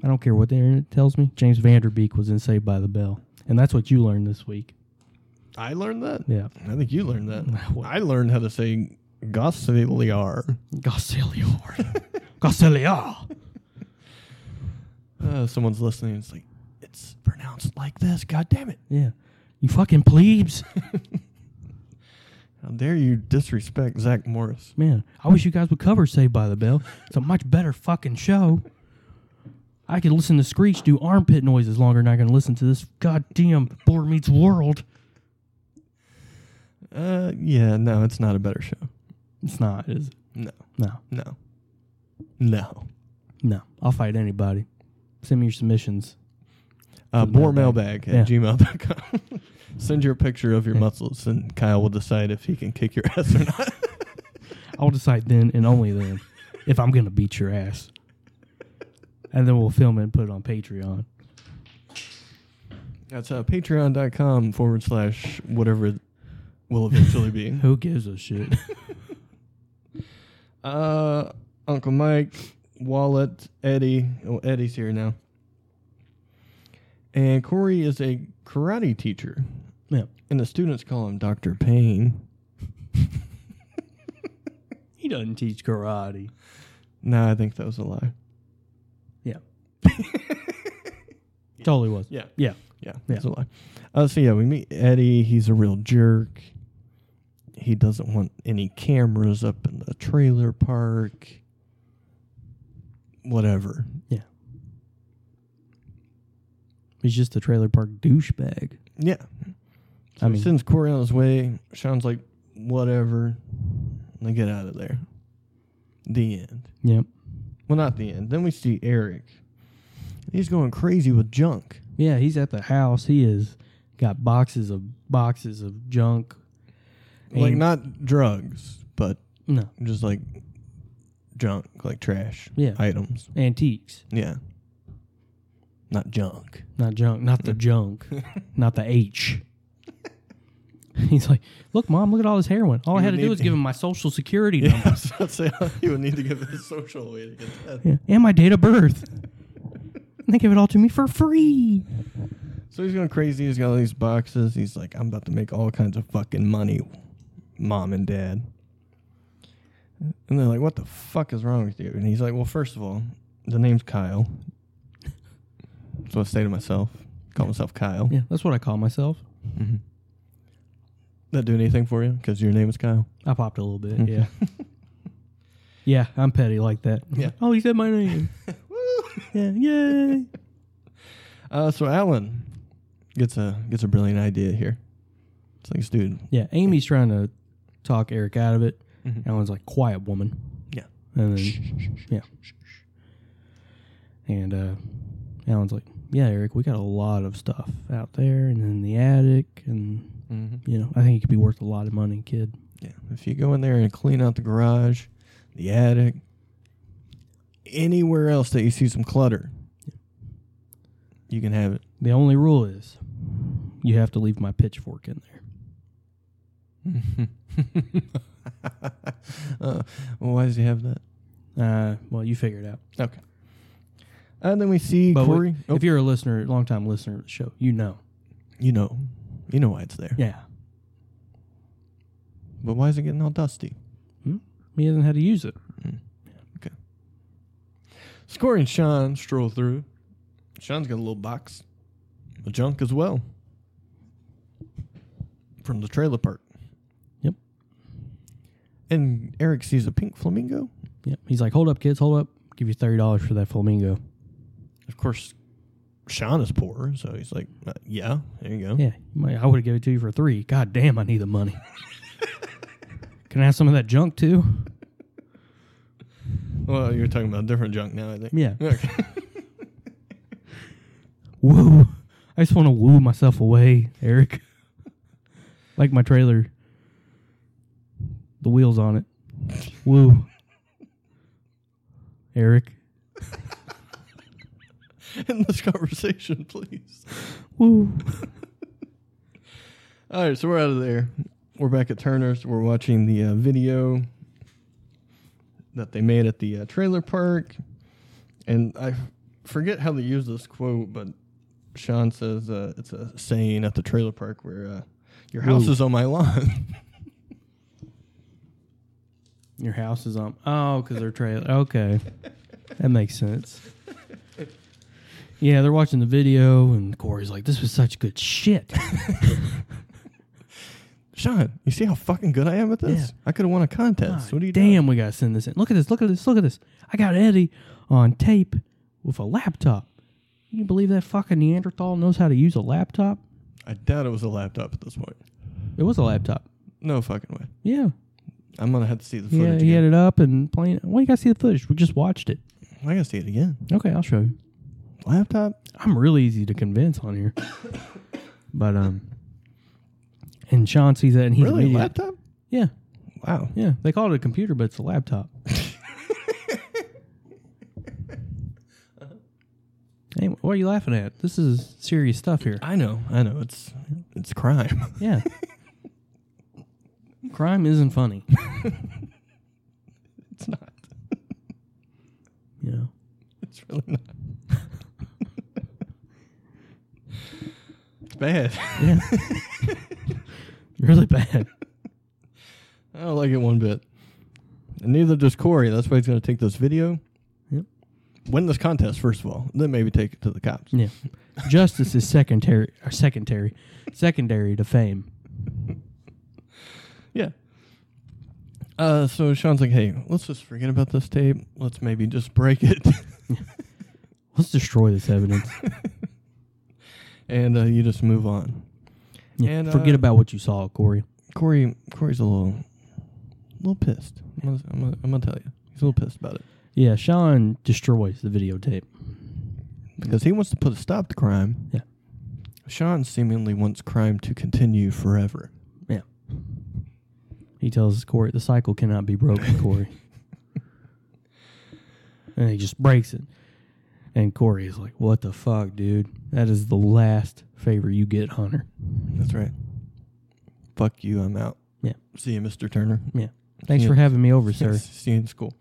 I don't care what the internet tells me. James Vanderbeek was in Saved by the Bell, and that's what you learned this week. I learned that. Yeah, I think you learned that. What? I learned how to say Goslar. Gosselior, Gosselior. Uh, someone's listening. It's like it's pronounced like this. God damn it! Yeah. You fucking plebes. How dare you disrespect Zach Morris? Man, I wish you guys would cover Saved by the Bell. It's a much better fucking show. I could listen to Screech do armpit noises longer than I can listen to this goddamn Board Meets World. Uh, yeah, no, it's not a better show. It's not, is it? No, No, no, no. no. I'll fight anybody. Send me your submissions. Uh, To the bore mailbag. mailbag at gmail.com. Send your picture of your muscles, and Kyle will decide if he can kick your ass or not. I'll decide then and only then if I'm going to beat your ass. And then we'll film it and put it on Patreon. That's uh, patreon.com forward slash whatever it will eventually be. Who gives a shit? Uh, Uncle Mike, Wallet, Eddie. Oh, Eddie's here now. And Corey is a karate teacher, yeah. and the students call him Dr. Payne. He doesn't teach karate. No, I think that was a lie. Yeah. Totally was. Yeah. Yeah. Yeah, that's a lie. Uh, so, yeah, we meet Eddie. He's a real jerk. He doesn't want any cameras up in the trailer park. Whatever. He's just a trailer park douchebag. Yeah. So I he mean- sends Corey on his way. Sean's like, whatever. And they get out of there. The end. Yep. Well, not the end. Then we see Eric. He's going crazy with junk. Yeah, he's at the house. He is got boxes of boxes of junk. like, And- not drugs, but No. just like junk, like trash Yeah. items. Antiques. Yeah. Not junk. Not junk. Not the junk. Not the H. He's like, Look, mom, look at all this heroin. All I You had to would do need- was give him my social security Yeah, number. I was about to say, you would need to give it a social away to get that. Yeah. And my date of birth. and they give it all to me for free. So he's going crazy. He's got all these boxes. He's like, I'm about to make all kinds of fucking money, mom and dad. And they're like, What the fuck is wrong with you? And he's like, Well, first of all, the name's Kyle. So I say to myself, call myself Kyle. Yeah, that's what I call myself. That do anything for you? Because your name is Kyle. I popped a little bit, Mm-hmm. yeah. yeah, I'm petty like that. Yeah. Oh, he said my name. yeah, yay. Uh, so Alan gets a gets a brilliant idea here. It's like, dude, Yeah, Mm-hmm. Amy's trying to talk Eric out of it. Alan's like, quiet woman. yeah, And then, yeah. And uh, Alan's like, yeah, Eric, we got a lot of stuff out there and in the attic. And, you know, I think it could be worth a lot of money, kid. yeah. If you go in there and clean out the garage, the attic, anywhere else that you see some clutter, you can have it. The only rule is you have to leave my pitchfork in there. Uh, well, why does he have that? Uh, well, you figure it out. Okay. And then we see But Corey. we- oh, if you're a listener, long time listener of the show, you know. you know, you know why it's there. Yeah. But why is it getting all dusty? He doesn't know how to use it. So Corey and Sean stroll through. Sean's got a little box of junk as well from the trailer park. Yep. And Eric sees a pink flamingo. Yep. He's like, hold up, kids, hold up. Give you thirty dollars for that flamingo. Of course, Sean is poor, so he's like, uh, "Yeah, there you go." Yeah. you might- I would have given it to you for three. God damn, I need the money. Can I have some of that junk too? Well, you're talking about different junk now, I think. Yeah. Okay. Woo. I just want to woo myself away, Eric. like my trailer. The wheels on it. Woo. Eric. End this conversation, please. Woo. All right, so we're out of there. We're back at Turner's. We're watching the uh, video that they made at the uh, trailer park, and I forget how they use this quote, but Sean says uh, it's a saying at the trailer park where uh, "Your house Whoa. is on my lawn." Your house is on. Oh, because they're trailer. Okay, that makes sense. Yeah, they're watching the video, and Corey's like, "This was such good shit." Sean, you see how fucking good I am at this? Yeah. Ah, I could have won a contest. what are you doing? Damn, we gotta send this in. Look at this. Look at this. Look at this. I got Eddie on tape with a laptop. Can you believe that fucking Neanderthal knows how to use a laptop? I doubt it was a laptop at this point. It was a laptop. No fucking way. Yeah, I'm gonna have to see the yeah. footage. He had again. it up and playing. Well, you gotta see the footage. We just watched it. I gotta see it again. Okay, I'll show you. Laptop. I'm really easy to convince on here. But um and Sean sees that and he's Really? immediate- Laptop? Yeah. Wow. Yeah. They call it a computer, but it's a laptop. Uh-huh. anyway, what are you laughing at? This is serious stuff here. I know. I know. It's it's crime. Yeah. Crime isn't funny. it's not. Yeah. It's really not. it's bad. Yeah. really bad. I don't like it one bit. And neither does Corey. That's why he's gonna take this video. Yep. Win this contest first of all, then maybe take it to the cops. Yeah. Justice is secondary or secondary secondary to fame. Yeah. Uh, so Sean's like, hey, let's just forget about this tape. Let's maybe just break it. Let's destroy this evidence. and uh, you just move on. Yeah, And, forget uh, about what you saw, Corey. Corey, Corey's a little, little pissed. I'm gonna, I'm gonna, I'm gonna tell you, he's a little pissed about it Yeah, Sean destroys the videotape. because he wants to put a stop to crime. Yeah. Sean seemingly wants crime to continue forever. Yeah. He tells Corey the cycle cannot be broken, Corey. and he just breaks it. And Corey is like, What the fuck, dude? That is the last favor you get, Hunter. That's right. Fuck you, I'm out. Yeah. See you, Mr. Turner. Yeah. Thanks Yeah. for having me over, sir. See you in school.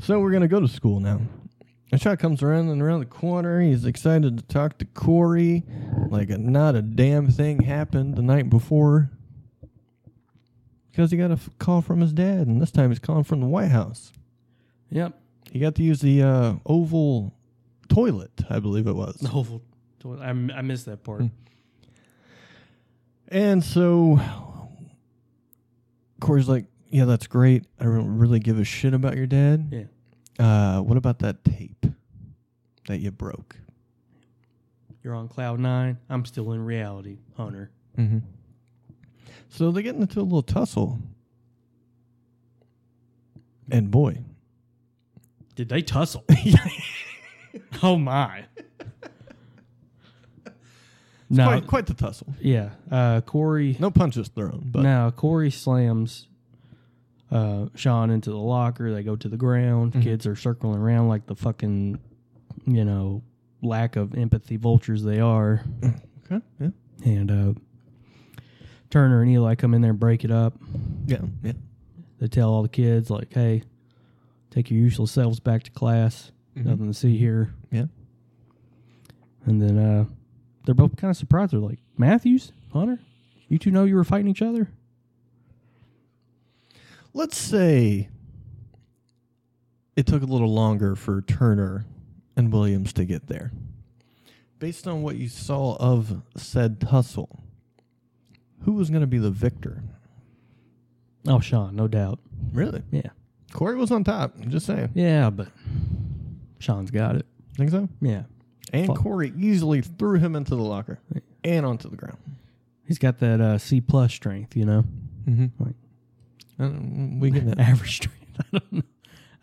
So we're gonna go to school now. And Chuck comes around and around the corner. He's excited to talk to Corey, like a, not a damn thing happened the night before. Because he got a f- call from his dad, and this time he's calling from the White House. Yep. He got to use the uh, Oval toilet, I believe it was. Oval toilet. I, m- I missed that part. And so Corey's like, "Yeah, that's great. I don't really give a shit about your dad. Yeah. Uh, what about that tape that you broke? You're on Cloud Nine. I'm still in reality, Hunter. Mm-hmm. So they get into a little tussle. And boy, Did they tussle? oh, my. No, quite, quite the tussle. Yeah. Uh, Corey. No punches thrown, but Now Corey slams uh, Sean into the locker. They go to the ground. Kids are circling around like the fucking, you know, lack of empathy vultures they are. Okay. Yeah. And uh, Turner and Eli come in there and break it up. Yeah. Yeah. They tell all the kids, like, hey, take your usual selves back to class. Nothing to see here. Yeah. And then uh, they're both kind of surprised. They're like, Matthews, Hunter, you two know you were fighting each other? Let's say it took a little longer for Turner and Williams to get there. Based on what you saw of said tussle, who was going to be the victor? Oh, Sean, no doubt. Really? Yeah. Corey was on top. I'm just saying. Yeah, but Sean's got it. Think so? Yeah. And Fuck. Corey easily threw him into the locker and onto the ground. He's got that uh, C plus strength, you know? Mm-hmm. Uh, Right. we get that. Average strength.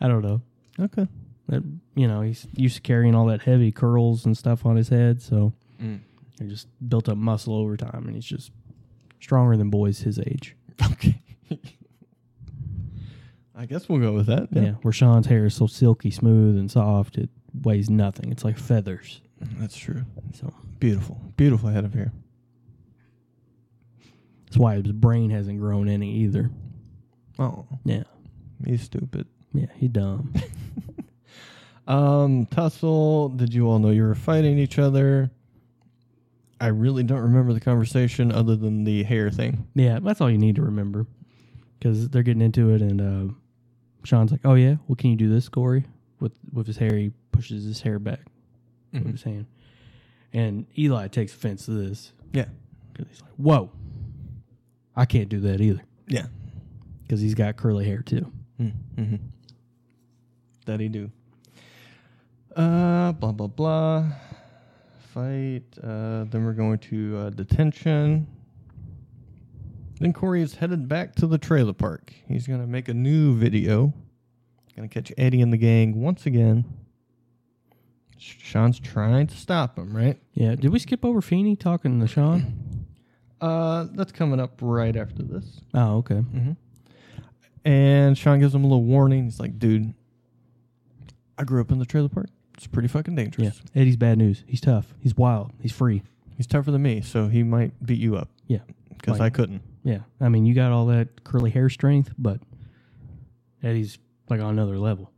I don't know. I don't know. okay. That, you know, he's used to carrying all that heavy curls and stuff on his head, so Mm. he just built up muscle over time, and he's just stronger than boys his age. Okay. I guess we'll go with that. Yeah. where Sean's hair is so silky smooth and soft, it weighs nothing. It's like feathers. That's true. So Beautiful. Beautiful head of hair. that's why his brain hasn't grown any either. Oh, Yeah, he's stupid. yeah, he dumb. Um, tussle. Did you all know you were fighting each other? I really don't remember the conversation other than the hair thing. yeah, that's all you need to remember, because they're getting into it, and uh, Sean's like, "Oh yeah, well, can you do this, Corey?" With with his hair, he pushes his hair back with his hand, and Eli takes offense to this Yeah. because he's like, "Whoa, I can't do that either," Yeah. because he's got curly hair too. Mm-hmm. That he do. Uh, blah blah blah. Fight. Uh, then we're going to uh, detention. Then Corey is headed back to the trailer park. He's gonna make a new video. Gonna catch Eddie and the gang once again. Sh- Sean's trying to stop him, right? Yeah, did we skip over Feeney talking to Sean? Uh, that's coming up right after this. Oh, okay. Mm-hmm. And Sean gives him a little warning. He's like, "Dude, I grew up in the trailer park. It's pretty fucking dangerous." Yeah. Eddie's bad news. He's tough. He's wild. He's free. He's tougher than me, so he might beat you up Yeah. because Like- I couldn't. Yeah. I mean, you got all that curly hair strength, but Eddie's like on another level.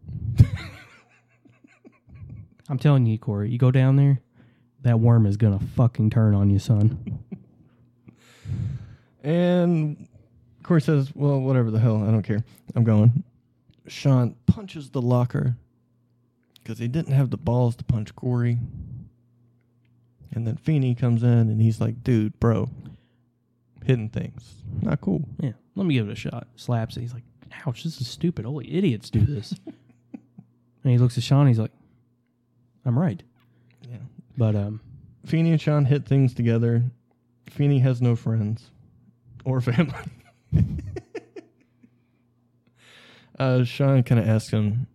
I'm telling you, Corey, you go down there, that worm is going to fucking turn on you, son. And Corey says, "Well, whatever the hell, I don't care. I'm going." Sean punches the locker because he didn't have the balls to punch Corey. And then Feeney comes in and he's like, "Dude, bro, hidden things, not cool." Yeah. Let me give it a shot. Slaps it. He's like, ouch, this is stupid. Only idiots do this. and he looks at Sean. He's like, I'm right. Yeah. But, um, Feeney and Sean hit things together. Feeney has no friends or family. uh, Sean kind of asks him,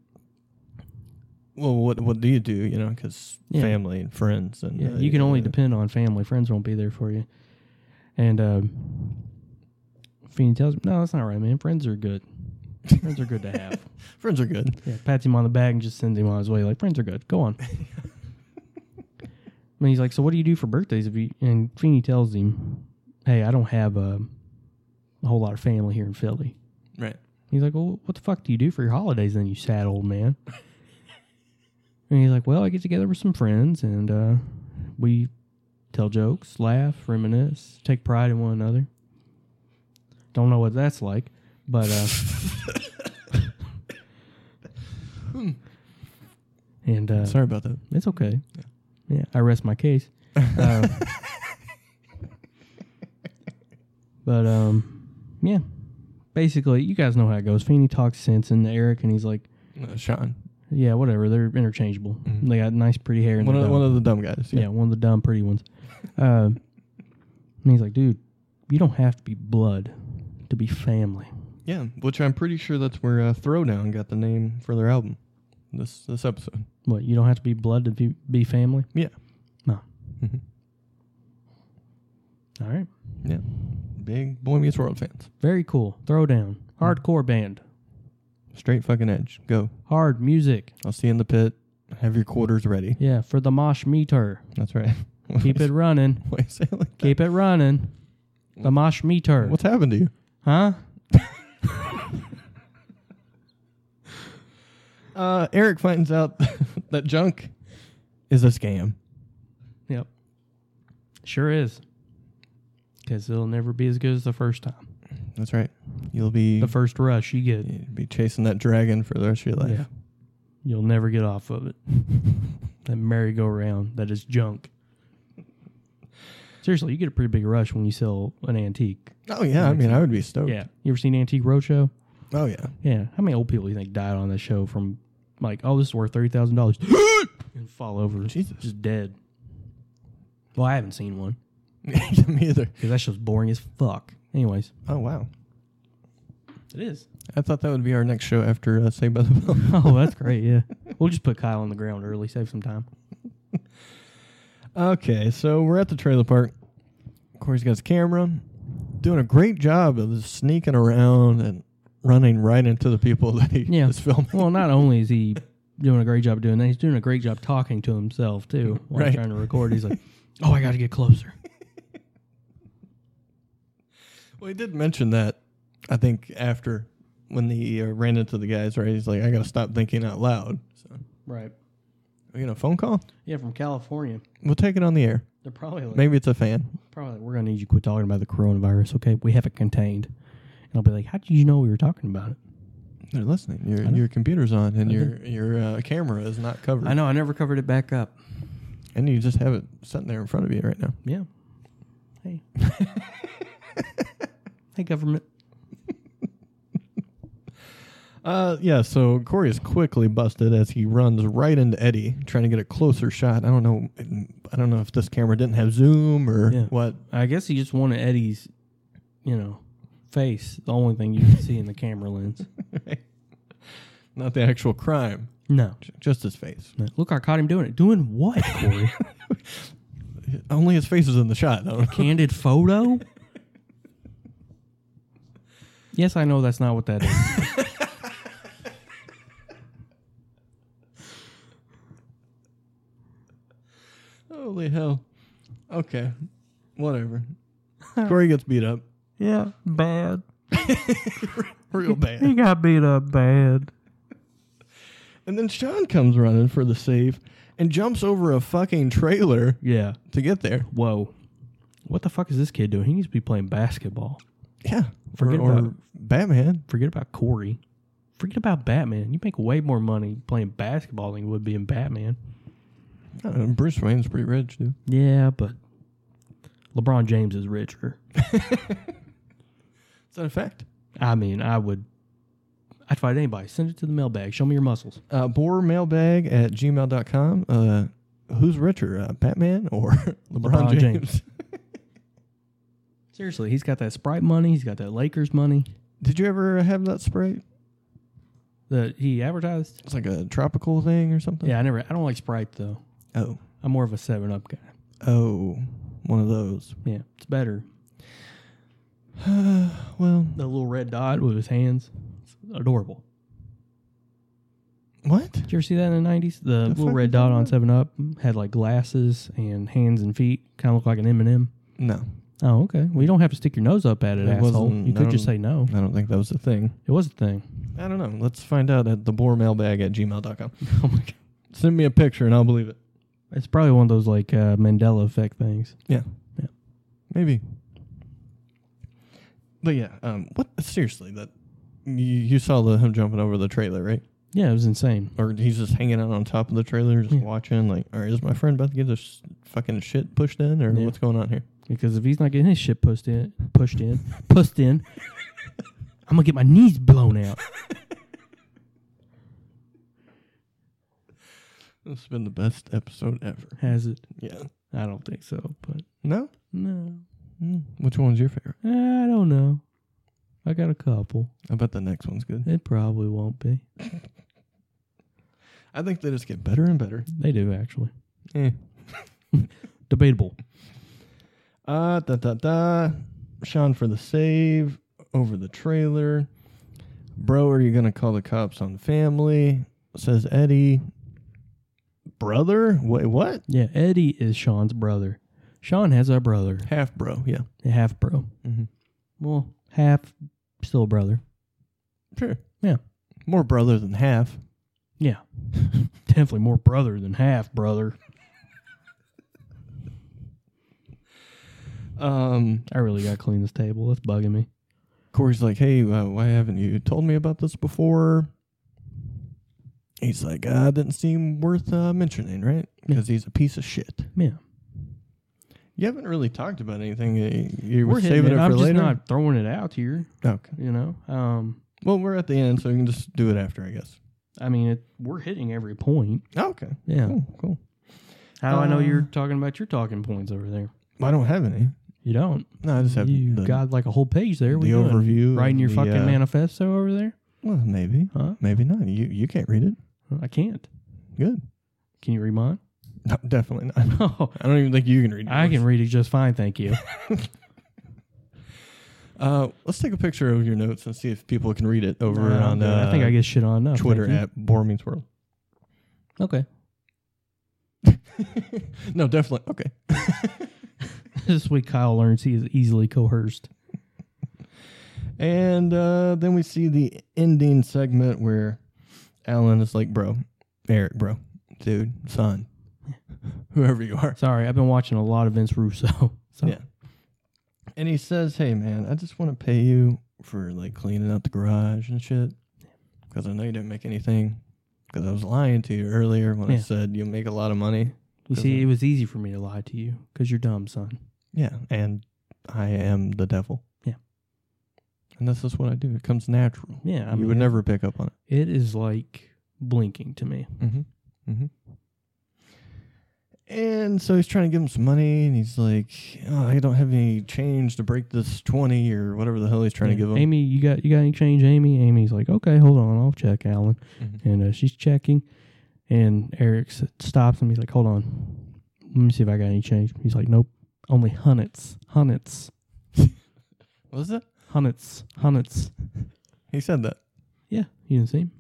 "Well, what what do you do? You know, because Yeah. family and friends and Yeah, uh, you can only uh, depend on family. Friends won't be there for you. And uh, Feeney tells him, "No, that's not right, man. Friends are good. Friends are good to have." friends are good. Yeah, pats him on the back and just sends him on his way. Like friends are good. Go on. I mean, he's like, "So what do you do for birthdays?" If you and Feeney tells him, "Hey, I don't have a, a whole lot of family here in Philly." Right. He's like, "Well, what the fuck do you do for your holidays then, you sad old man?" and he's like, "Well, I get together with some friends and uh, we tell jokes, laugh, reminisce, take pride in one another. Don't know what that's like, but uh, and uh, Sorry about that. it's okay. Yeah, I rest my case. Uh, but um, yeah. Basically, you guys know how it goes. Feeney talks sense into Eric, and he's like, No, Uh, Sean, "Yeah, whatever. They're interchangeable. They got nice, pretty hair." And Mm-hmm. one they're of dumb." one of the dumb guys. yeah, one of the dumb, pretty ones. Uh, and he's like, "Dude, you don't have to be blood to be family." yeah. Which I'm pretty sure that's where uh, Throwdown got the name for their album. This this episode. What? You don't have to be blood to be, be family. Yeah. No. Mhm. All right. Yeah. Big Boy Meets World fans. Mm-hmm. Very cool. Throwdown. Hardcore band. Straight fucking edge. Go. Hard music. I'll see you in the pit. Have your quarters ready. Yeah, for the mosh meter. That's right. Keep it running. Why you say it like that? Keep it running. The mosh meter. What's happened to you? Huh? Uh, Eric finds out that junk is a scam. Yep. Sure is. Because it'll never be as good as the first time. That's right. You'll be The first rush you get, you'll be chasing that dragon for the rest of your life. Yeah. you'll never get off of it. that merry-go-round that is junk. Seriously, you get a pretty big rush when you sell an antique. Oh yeah. I mean, I would be stoked. Yeah. You ever seen Antique Roadshow? Oh yeah. Yeah. How many old people do you think died on that show from like, oh, this is worth thirty thousand dollars and fall over. Jesus. Just dead. Well, I haven't seen one. Me either. Because that show's boring as fuck. Anyways. Oh wow. It is. I thought that would be our next show after uh, Saved by the Bell. Oh, that's great, yeah. We'll just put Kyle on the ground early, save some time. Okay, so we're at the trailer park. Corey's got his camera, doing a great job of sneaking around and running right into the people that he Yeah. is filming. Well, not only is he doing a great job doing that, he's doing a great job talking to himself too while Right. he's trying to record. He's like, Oh, I gotta get closer. Well, he did mention that. I think after when he uh, ran into the guys, right? He's like, I got to stop thinking out loud. So, Right. we get a phone call. Yeah, from California. We'll take it on the air. They're probably like, Maybe it's a fan. probably like, we're gonna need you to quit talking about the coronavirus, okay? We have it contained. And I'll be like, How did you know we were talking about it? They're listening. Your your computer's on and your your uh, camera is not covered. I know, I never covered it back up. And you just have it sitting there in front of you right now. Yeah. Hey. hey government. Uh, yeah, so Corey is quickly busted as he runs right into Eddie, trying to get a closer shot. I don't know. I don't know if this camera didn't have zoom or Yeah. what. I guess he just wanted Eddie's, you know, face. The only thing you can see in the camera lens. Not the actual crime, No. j- just his face. No. Look, I caught him doing it. Doing what, Corey? Only his face is in the shot. I don't know. Candid photo? Yes, I know that's not what that is. Holy hell. Okay, whatever. Corey gets beat up yeah, bad. real bad, got beat up bad. and then Sean comes running for the save and jumps over a fucking trailer Yeah. to get there. Whoa. What the fuck is this kid doing? He needs to be playing basketball. Yeah, or, Forget or about- Batman. Forget about Corey. Forget about Batman. You make way more money playing basketball than you would be in Batman. I don't know, Uh, Bruce Wayne's pretty rich, dude. Yeah, but LeBron James is richer. Is that a fact? I mean, I would. I'd fight anybody. Send it to the mailbag. Show me your muscles. uh, boarmailbag at gmail.com. Uh, who's richer, uh, Batman or LeBron, LeBron James? James. Seriously, he's got that Sprite money. He's got that Lakers money Did you ever have that spray? that he advertised. It's like a tropical thing or something? Yeah, I never. I don't like Sprite though. Oh. I'm more of a Seven Up guy. Oh, one of those. Yeah, it's better. Well, The little red dot with his hands. It's adorable. what? Did you ever see that in the '90s? The, little fuck red is dot that? on Seven Up had like glasses and hands and feet. Kind of looked like an M and m No, Oh, okay. Well, you don't have to stick your nose up at it, It asshole. wasn't- You I could just don't- say no. I don't think that was a thing. It was a thing. I don't know. Let's find out at the boarmailbag at gmail.com. oh, my God. Send me a picture and I'll believe it. It's probably one of those like uh, Mandela effect things. Yeah. Yeah. Maybe. But yeah, um, what? Seriously, that you, you saw the, him jumping over the trailer, right? Yeah, it was insane. or he's just hanging out on top of the trailer, just watching. Like, all right, is my friend about to get this fucking shit pushed in, or Yeah. what's going on here? Because if he's not getting his shit pushed in, pushed in, pushed in, I'm gonna get my knees blown out. This has been the best episode ever. Has it? Yeah. I don't think so, but No. no, Mm. Which one's your favorite? I don't know. I got a couple. I bet the next one's good. It probably won't be. I think they just get better and better. They do actually. Eh. Debatable. Uh, da da da. Sean for the save over the trailer. Bro, are you going to call the cops on the family? Says Eddie. Brother? Wait, what? Yeah, Eddie is Sean's brother. Sean has a brother, Half bro, yeah. a half bro. Mhm. Well, half still a brother. Sure. Yeah. More brother than half. Yeah, definitely more brother than half brother. Um, I really gotta clean this table. It's bugging me. Corey's like, hey, uh, why haven't you told me about this before? He's like, uh, didn't seem worth uh, mentioning, right? Because he's a piece of shit. Yeah, You haven't really talked about anything. You, you we're were saving hitting it, it. for I'm later. just not throwing it out here. Okay. You know, um, Well, we're at the end, so you can just do it after, I guess. I mean, it, we're hitting every point. Okay. Yeah. Cool. Cool. How do I know Uh, you're talking about your talking points over there? Well, I don't have any. You don't. No, I just have You the, got like a whole page there. the What you doing? overview. of Writing your the, fucking uh, manifesto over there? Well, maybe. Huh? Maybe not. You you can't read it. I can't. Good. Can you read mine? No, definitely not. Oh, I don't even think you can read it. I can read it just fine, thank you. Uh, let's take a picture of your notes and see if people can read it over Uh, on uh, I think I get shit on enough. Twitter thank at Bore Means World. you. Okay, no, definitely. Okay. this week Kyle learns he is easily coerced. And uh, then we see the ending segment where Alan is like, bro, Eric, bro, dude, son, whoever you are. Sorry, I've been watching a lot of Vince Russo. So Yeah. And he says, hey, man, I just want to pay you for like cleaning out the garage and shit. Because I know you didn't make anything. Because I was lying to you earlier when I Yeah. said you'll make a lot of money. you see, it was easy for me to lie to you because you're dumb, son. Yeah. And I am the devil. Yeah. And this is what I do. It comes natural. Yeah, I you mean, would never pick up on it. It is like blinking to me. Mm-hmm. Mm-hmm. And so he's trying to give him some money, and he's like, oh, I don't have any change to break this 20 or whatever the hell he's trying to give him. Amy, you got you got any change, Amy? Amy's like, okay, hold on, I'll check, Alan. Mhm. And uh, she's checking, and Eric s- stops him. He's like, hold on, let me see if I got any change. He's like, nope, only hunnets, hunnets, What was it? hunnets, hunnets. He said that. Yeah, you didn't see him?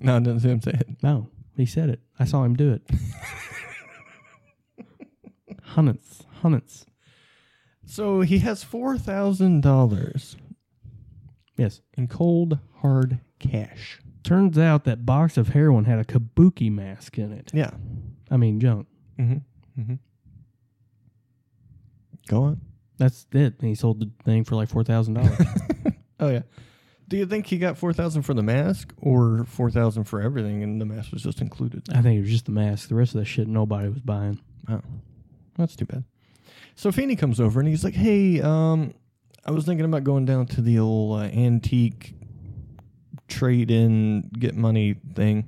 No, I didn't see him say it. No, he said it. I saw him do it. hunnets, hunnets. So he has $4,000 Yes. in cold, hard cash. Turns out that box of heroin had a kabuki mask in it. Yeah. I mean, junk. Mm-hmm. Mm-hmm. Go on. That's it. And he sold the thing for like four thousand dollars. Oh yeah. Do you think he got four thousand for the mask or four thousand for everything, and the mask was just included? I think it was just the mask. The rest of that shit nobody was buying. Oh, that's too bad. So Feeney comes over and he's like, "Hey, um, I was thinking about going down to the old uh, antique trade-in, get money thing,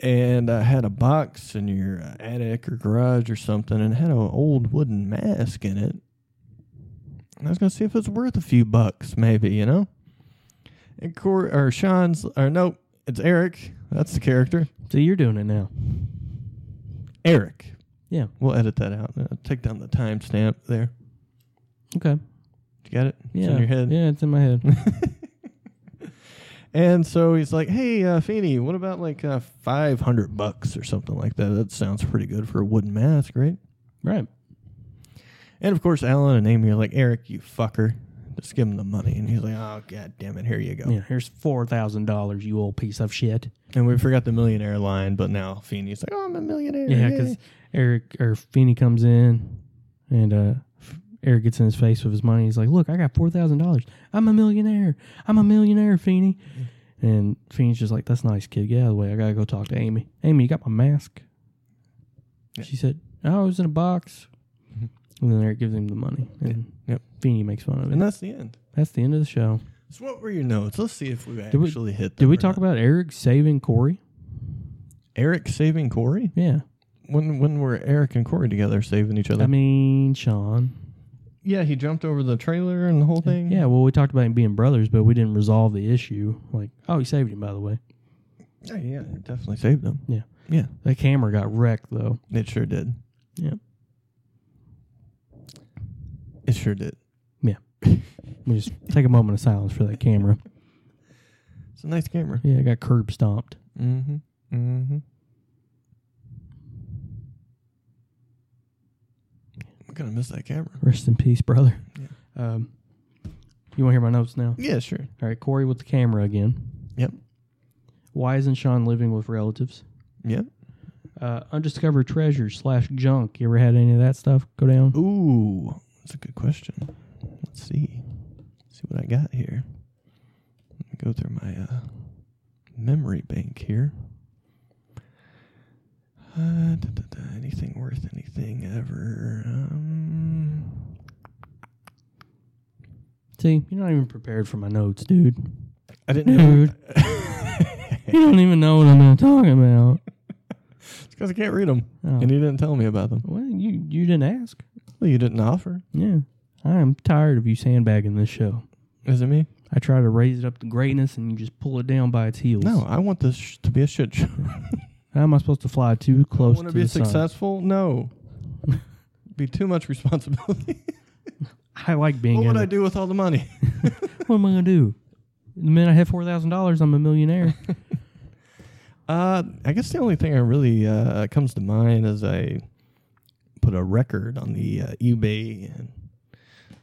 and I had a box in your uh, attic or garage or something, and it had an old wooden mask in it. And I was gonna see if it's worth a few bucks, maybe, you know." And Corey or Sean's or nope, it's Eric. That's the character, See, you're doing it now. Eric. Yeah. We'll edit that out. Uh, take down the timestamp there. Okay. You got it? Yeah. It's in your head. Yeah, it's in my head. And so he's like, hey, uh, Feeney, what about like uh, 500 bucks or something like that? That sounds pretty good for a wooden mask, right? right. And of course, Alan and Amy are like, Eric, you fucker. Just give him the money. And he's like, oh, god damn it. Here you go. Yeah. Here's four thousand dollars, you old piece of shit. And we forgot the millionaire line, but now Feeney's like, oh, I'm a millionaire. Yeah, because Eric or Feeney comes in, and uh, F- Eric gets in his face with his money. He's like, "Look, I got four thousand dollars. I'm a millionaire. I'm a millionaire, Feeney." Mm-hmm. And Feeney's just like, "That's nice, kid. Get out of the way. I gotta go talk to Amy. Amy, you got my mask?" She said, "Oh, it was in a box." And then Eric gives him the money, and Mm-hmm. Yep. Feeney makes fun of And it. that's the end. That's the end of the show. So what were your notes? Let's see if we we- actually hit Did them we or talk not. about Eric saving Corey? Eric saving Corey? Yeah, When when were Eric and Corey together saving each other? I mean Sean. Yeah, he jumped over the trailer and the whole thing. Yeah, well, we talked about him being brothers, but we didn't resolve the issue. Like, oh, he saved him, by the way. yeah, Oh, yeah, it definitely saved him. Yeah. yeah, That camera got wrecked, though. it sure did. Yeah. It sure did. We just take a moment of silence for that camera. It's a nice camera. Yeah, I got curb stomped. Mm-hmm. Mm-hmm. I'm gonna miss that camera. Rest in peace, brother. Um, you want to hear my notes now? Yeah, sure. All right, Corey with the camera again. Yep. Why isn't Sean living with relatives? Yep. Uh, undiscovered treasures slash junk. You ever had any of that stuff go down? Ooh, that's a good question. Let's see. see what I got here. Let me go through my uh, memory bank here. Uh, da, da, da, anything worth anything ever? Um, See, you're not even prepared for my notes, dude. I didn't Dude, you don't even know what I'm talking about. because I can't read them, Oh. and you didn't tell me about them. Well, you you didn't ask. Well, you didn't offer. Yeah, I am tired of you sandbagging this show. Is it me? I try to raise it up to greatness, and you just pull it down by its heels. No, I want this sh- to be a shit show. how am I supposed to fly too close want to to be the sun? successful? No, be too much responsibility. I like being. what in would it. I do with all the money? What am I gonna do? The minute I have four thousand dollars, I'm a millionaire. Uh, I guess the only thing that really uh, comes to mind is I put a record on the uh, eBay and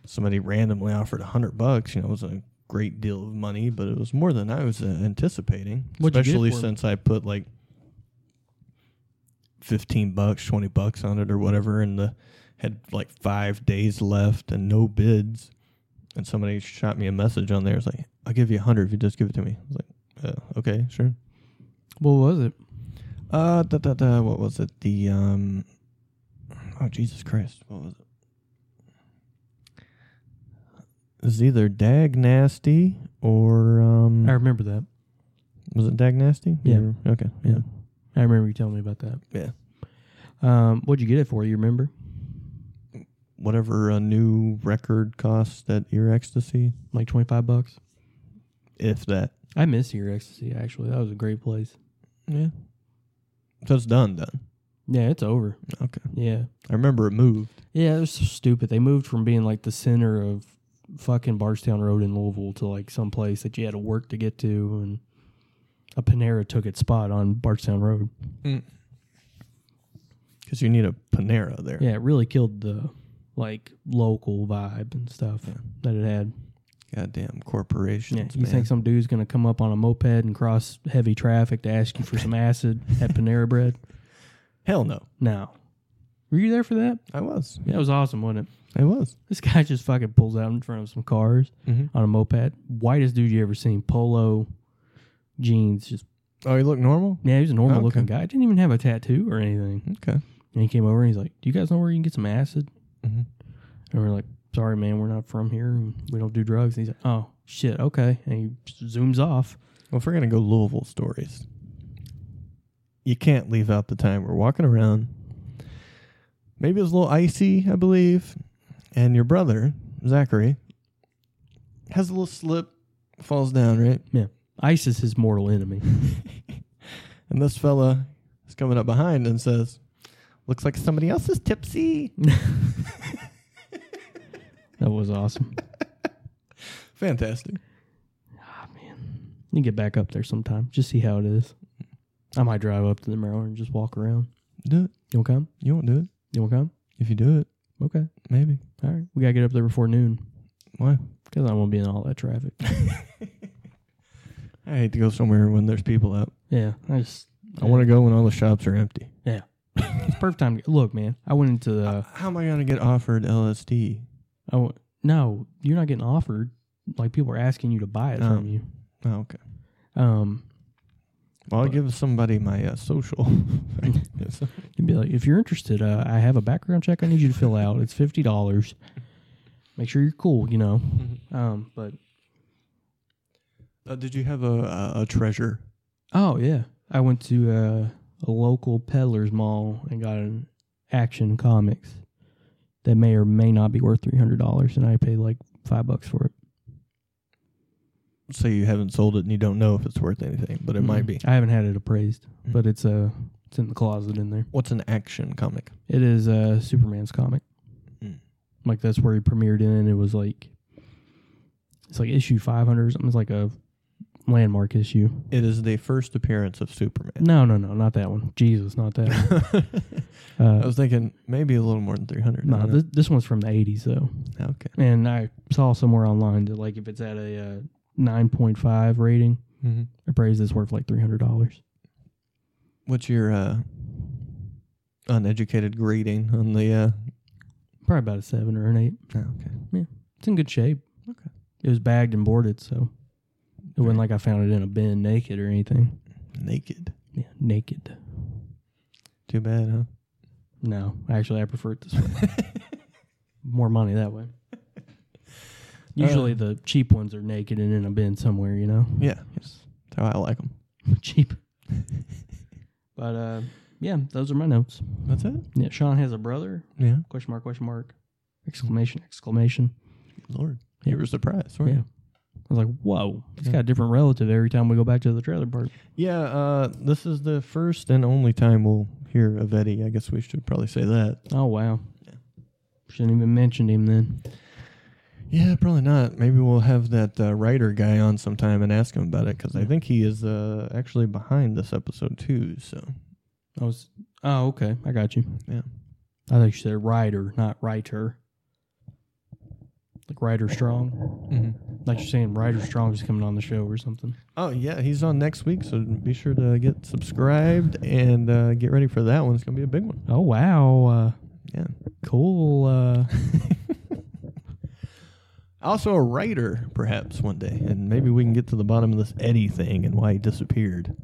somebody randomly offered a hundred bucks. You know, it was a great deal of money, but it was more than I was uh, anticipating. What'd you get especially for it? since I put like fifteen bucks, twenty bucks on it or whatever, and the had like five days left and no bids. And somebody shot me a message on there. It's like, I'll give you a hundred if you just give it to me. I was like, uh, okay, sure. what was it? Uh, da, da, da, what was it? The um, oh Jesus Christ, what was it? It was either Dag Nasty or um, I remember that. was it Dag Nasty? Yeah. Yeah, Okay. Yeah. I remember you telling me about that. Yeah. Um, what'd you get it for? You remember? Whatever a new record costs that Ear Ecstasy, Like twenty five bucks. if that. I miss your ecstasy. Actually, that was a great place. Yeah. So it's done. Done. Yeah, it's over. Okay. Yeah, I remember it moved. yeah. It was so stupid. They moved from being like the center of fucking Barstown Road in Louisville to like some place that you had to work to get to, and a Panera took its spot on Barstown Road. Because you need a Panera there. Yeah, it really killed the like local vibe and stuff that it had. Goddamn corporations. Yeah, you man. think some dude's gonna come up on a moped and cross heavy traffic to ask you for some acid at Panera Bread? Hell no. No. Were you there for that? I was. That was awesome, wasn't it? I was. This guy just fucking pulls out in front of some cars Mhm. on a moped. Whitest dude you ever seen. Polo jeans. Just Oh, you look normal. yeah, he was a normal Okay. looking guy. Didn't even have a tattoo or anything. Okay. And he came over and he's like, "Do you guys know where you can get some acid?" Mhm. And we're like, "Sorry, man, we're not from here. and We don't do drugs." And he's like, "Oh shit, okay." And he zooms off. Well, if we're gonna go Louisville stories, you can't leave out the time we're walking around. Maybe it was a little icy, I believe, and your brother Zachary has a little slip, falls down, right? Ice is his mortal enemy. And this fella is coming up behind and says, "Looks like somebody else is tipsy." That was awesome. Fantastic. You get back up there sometime. Just see how it is. I might drive up to the Maryland and just walk around. Do it. You want to come? You won't do it. You want to come? If you do it, Okay. maybe. All right. We got to get up there before noon Why? because I won't be in all that traffic. I hate to go somewhere when there's people out. yeah. I just, I want to go when all the shops are empty. Uh, it's perfect time. To, look, man, I went into the, How am I gonna get offered LSD? I went, no, you're not getting offered. Like people are asking you to buy it Oh. from you. Oh, okay. Um, Well, I'll give somebody my uh, social. Yes. You'd be like, if you're interested, uh, I have a background check I need you to fill out. It's fifty dollars. Make sure you're cool, you know. Mm-hmm. Um, but uh, did you have a, a, a treasure? oh yeah, I went to uh, a local peddler's mall and got an Action Comics that may or may not be worth three hundred dollars, and I paid like five bucks for it. So you haven't sold it and you don't know if it's worth anything, but it might be. Mm-hmm. Mm. I haven't had it appraised, but it's uh, it's in the closet in there. What's an action comic? It is uh, Superman's comic. Hmm. Mm. Like that's where he premiered in. It was like it's like issue five hundred. Something. It's like a landmark issue. It is the first appearance of Superman. No, no, no, not that one. Jesus, not that. one. I was thinking maybe a little more than 300. I No, don't this, this one's from the '80s though, know. okay. and I saw somewhere online that like if it's at a uh, 9.5 rating, Mm-hmm. appraised it's worth like three hundred dollars. What's your uh, uneducated grading on the? Uh, Probably about a seven or an eight. oh, okay. It's in good shape. Okay. It was bagged and boarded, so it wasn't like I found it in a bin naked or anything. Naked. Yeah, naked. Too bad, huh? No, actually, I prefer it this way. More money that way. Uh, Usually, the cheap ones are naked and in a bin somewhere, you know. Yeah, that's how I like them. cheap. but uh, yeah, those are my notes. That's it. Yeah, Sean has a brother? Yeah. Question mark? Question mark? Exclamation! Exclamation! Lord, Yeah. you were surprised, weren't Yeah. you? I was like, whoa, it's got a different relative every time we go back to the trailer park. Yeah. Uh, this is the first and only time we'll hear of Eddie. I guess we should probably say that. Oh, wow. Shouldn't even mention him then. Yeah, probably not. Maybe we'll have that uh, writer guy on sometime and ask him about it because I think he is uh, actually behind this episode too. So I was, oh, okay. I got you. yeah, I thought you said writer, not writer. Like writer strong. Mm-hmm. Like you're saying writer strong is coming on the show or something. Oh yeah, he's on next week, so be sure to get subscribed and uh, get ready for that one. It's gonna be a big one. Oh, wow. Yeah. Uh, cool. Uh, Also a writer, perhaps one day, and maybe we can get to the bottom of this Eddie thing and why he disappeared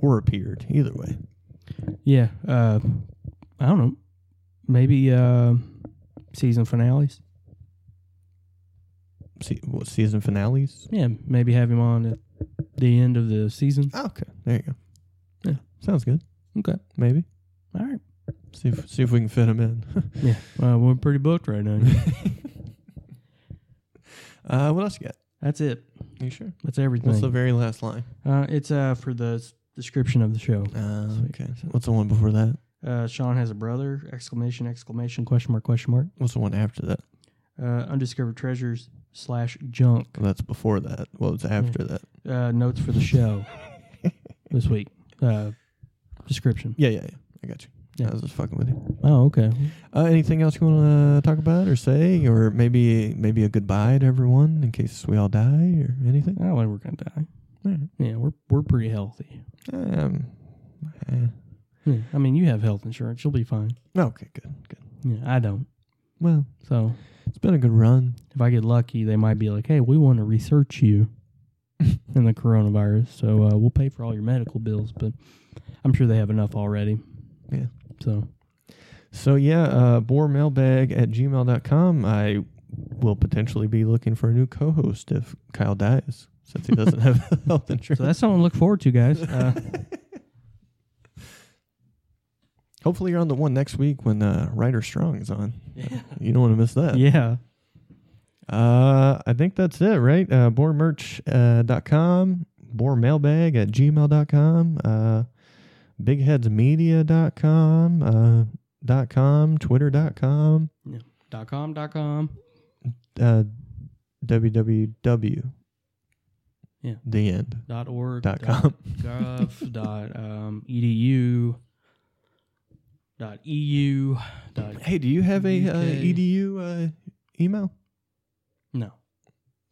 or appeared. Either way, yeah. Uh, I don't know. Maybe uh, season finales. See, what season finales? Yeah, maybe have him on at the end of the season. Oh, okay, there you go. Yeah. sounds good. Okay. Maybe All right. see if see if we can fit him in. Yeah, well, we're pretty booked right now. Uh, what else you got? That's it. You sure? That's everything. What's the very last line? uh, it's uh, for the s- description of the show. Uh, Sweet. okay. What's the one before that? Uh, Sean has a brother! Exclamation! Exclamation! Question mark! Question mark! What's the one after that? Uh, undiscovered treasures slash junk. That's before that. What was after that? Uh, notes for the show this week. Uh, description. Yeah, yeah, yeah. I got you. Yeah. I was just fucking with you. Oh, okay. Uh, anything else you want to talk about or say, or maybe maybe a goodbye to everyone in case we all die or anything? I don't think we're gonna die. Alright. Yeah, we're we're pretty healthy. Um, eh. Yeah, I mean, you have health insurance. You'll be fine. Okay, good, good. Yeah, I don't. Well, So it's been a good run. if I get lucky, they might be like, "Hey, we want to research you in the coronavirus, so uh, we'll pay for all your medical bills." But I'm sure they have enough already. Yeah. So So yeah, uh, boremailbag at gmail.com. I will potentially be looking for a new co-host if Kyle dies, since he doesn't have health insurance. so that's something to look forward to, guys. Uh, Hopefully, you're on the one next week when uh, Ryder Strong is on. You don't want to miss that. yeah. Uh, I think that's it, right? Uh, boremerch.com, uh, .com, boremailbag at gmail.com, uh, bigheadsmedia.com, uh, dot .com, twitter.com, Dot com. Dot com. uh, www. Yeah. The end. Dot org. Dot com. gov. dot um, edu. Dot eu. Dot Hey, do you have a uh, UK. edu uh, email? no.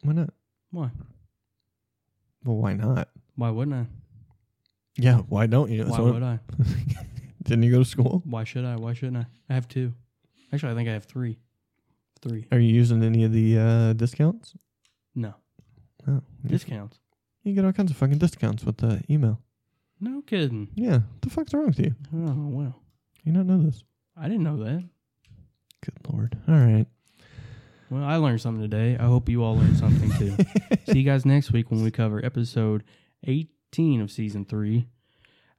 Why not? Why? Well, why not? Why wouldn't I? Yeah, why don't you? Why So- would I? Didn't you go to school? Why should I? Why shouldn't I? I have two. Actually, I think I have three. Three. Are you using any of the uh, discounts? No Oh, you- discounts. you get all kinds of fucking discounts with the email. No kidding. Yeah, what the fuck's wrong with you? Oh wow! You not know this? I didn't know that. Good lord. All right. Well, I learned something today. I hope you all learned something too. See you guys next week when we cover episode eighteen of season three.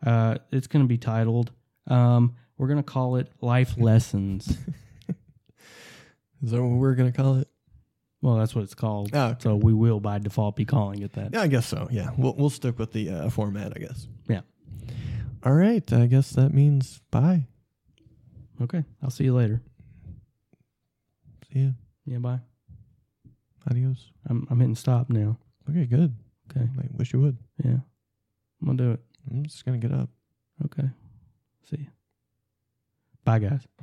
Uh, it's going to be titled. Um, we're going to call it "Life Lessons." Is that what we're gonna call it? well, that's what it's called. Oh, okay. So we will by default be calling it that. Yeah, I guess so. Yeah, we'll we'll stick with the uh, format, I guess. Yeah. All right. I guess that means bye. Okay. I'll see you later. See ya. Yeah. Bye. Adios. I'm I'm hitting stop now. Okay. Good. Okay. Like, wish you would. Yeah. I'm going to do it. I'm just gonna get up. Okay. See ya. Bye, guys.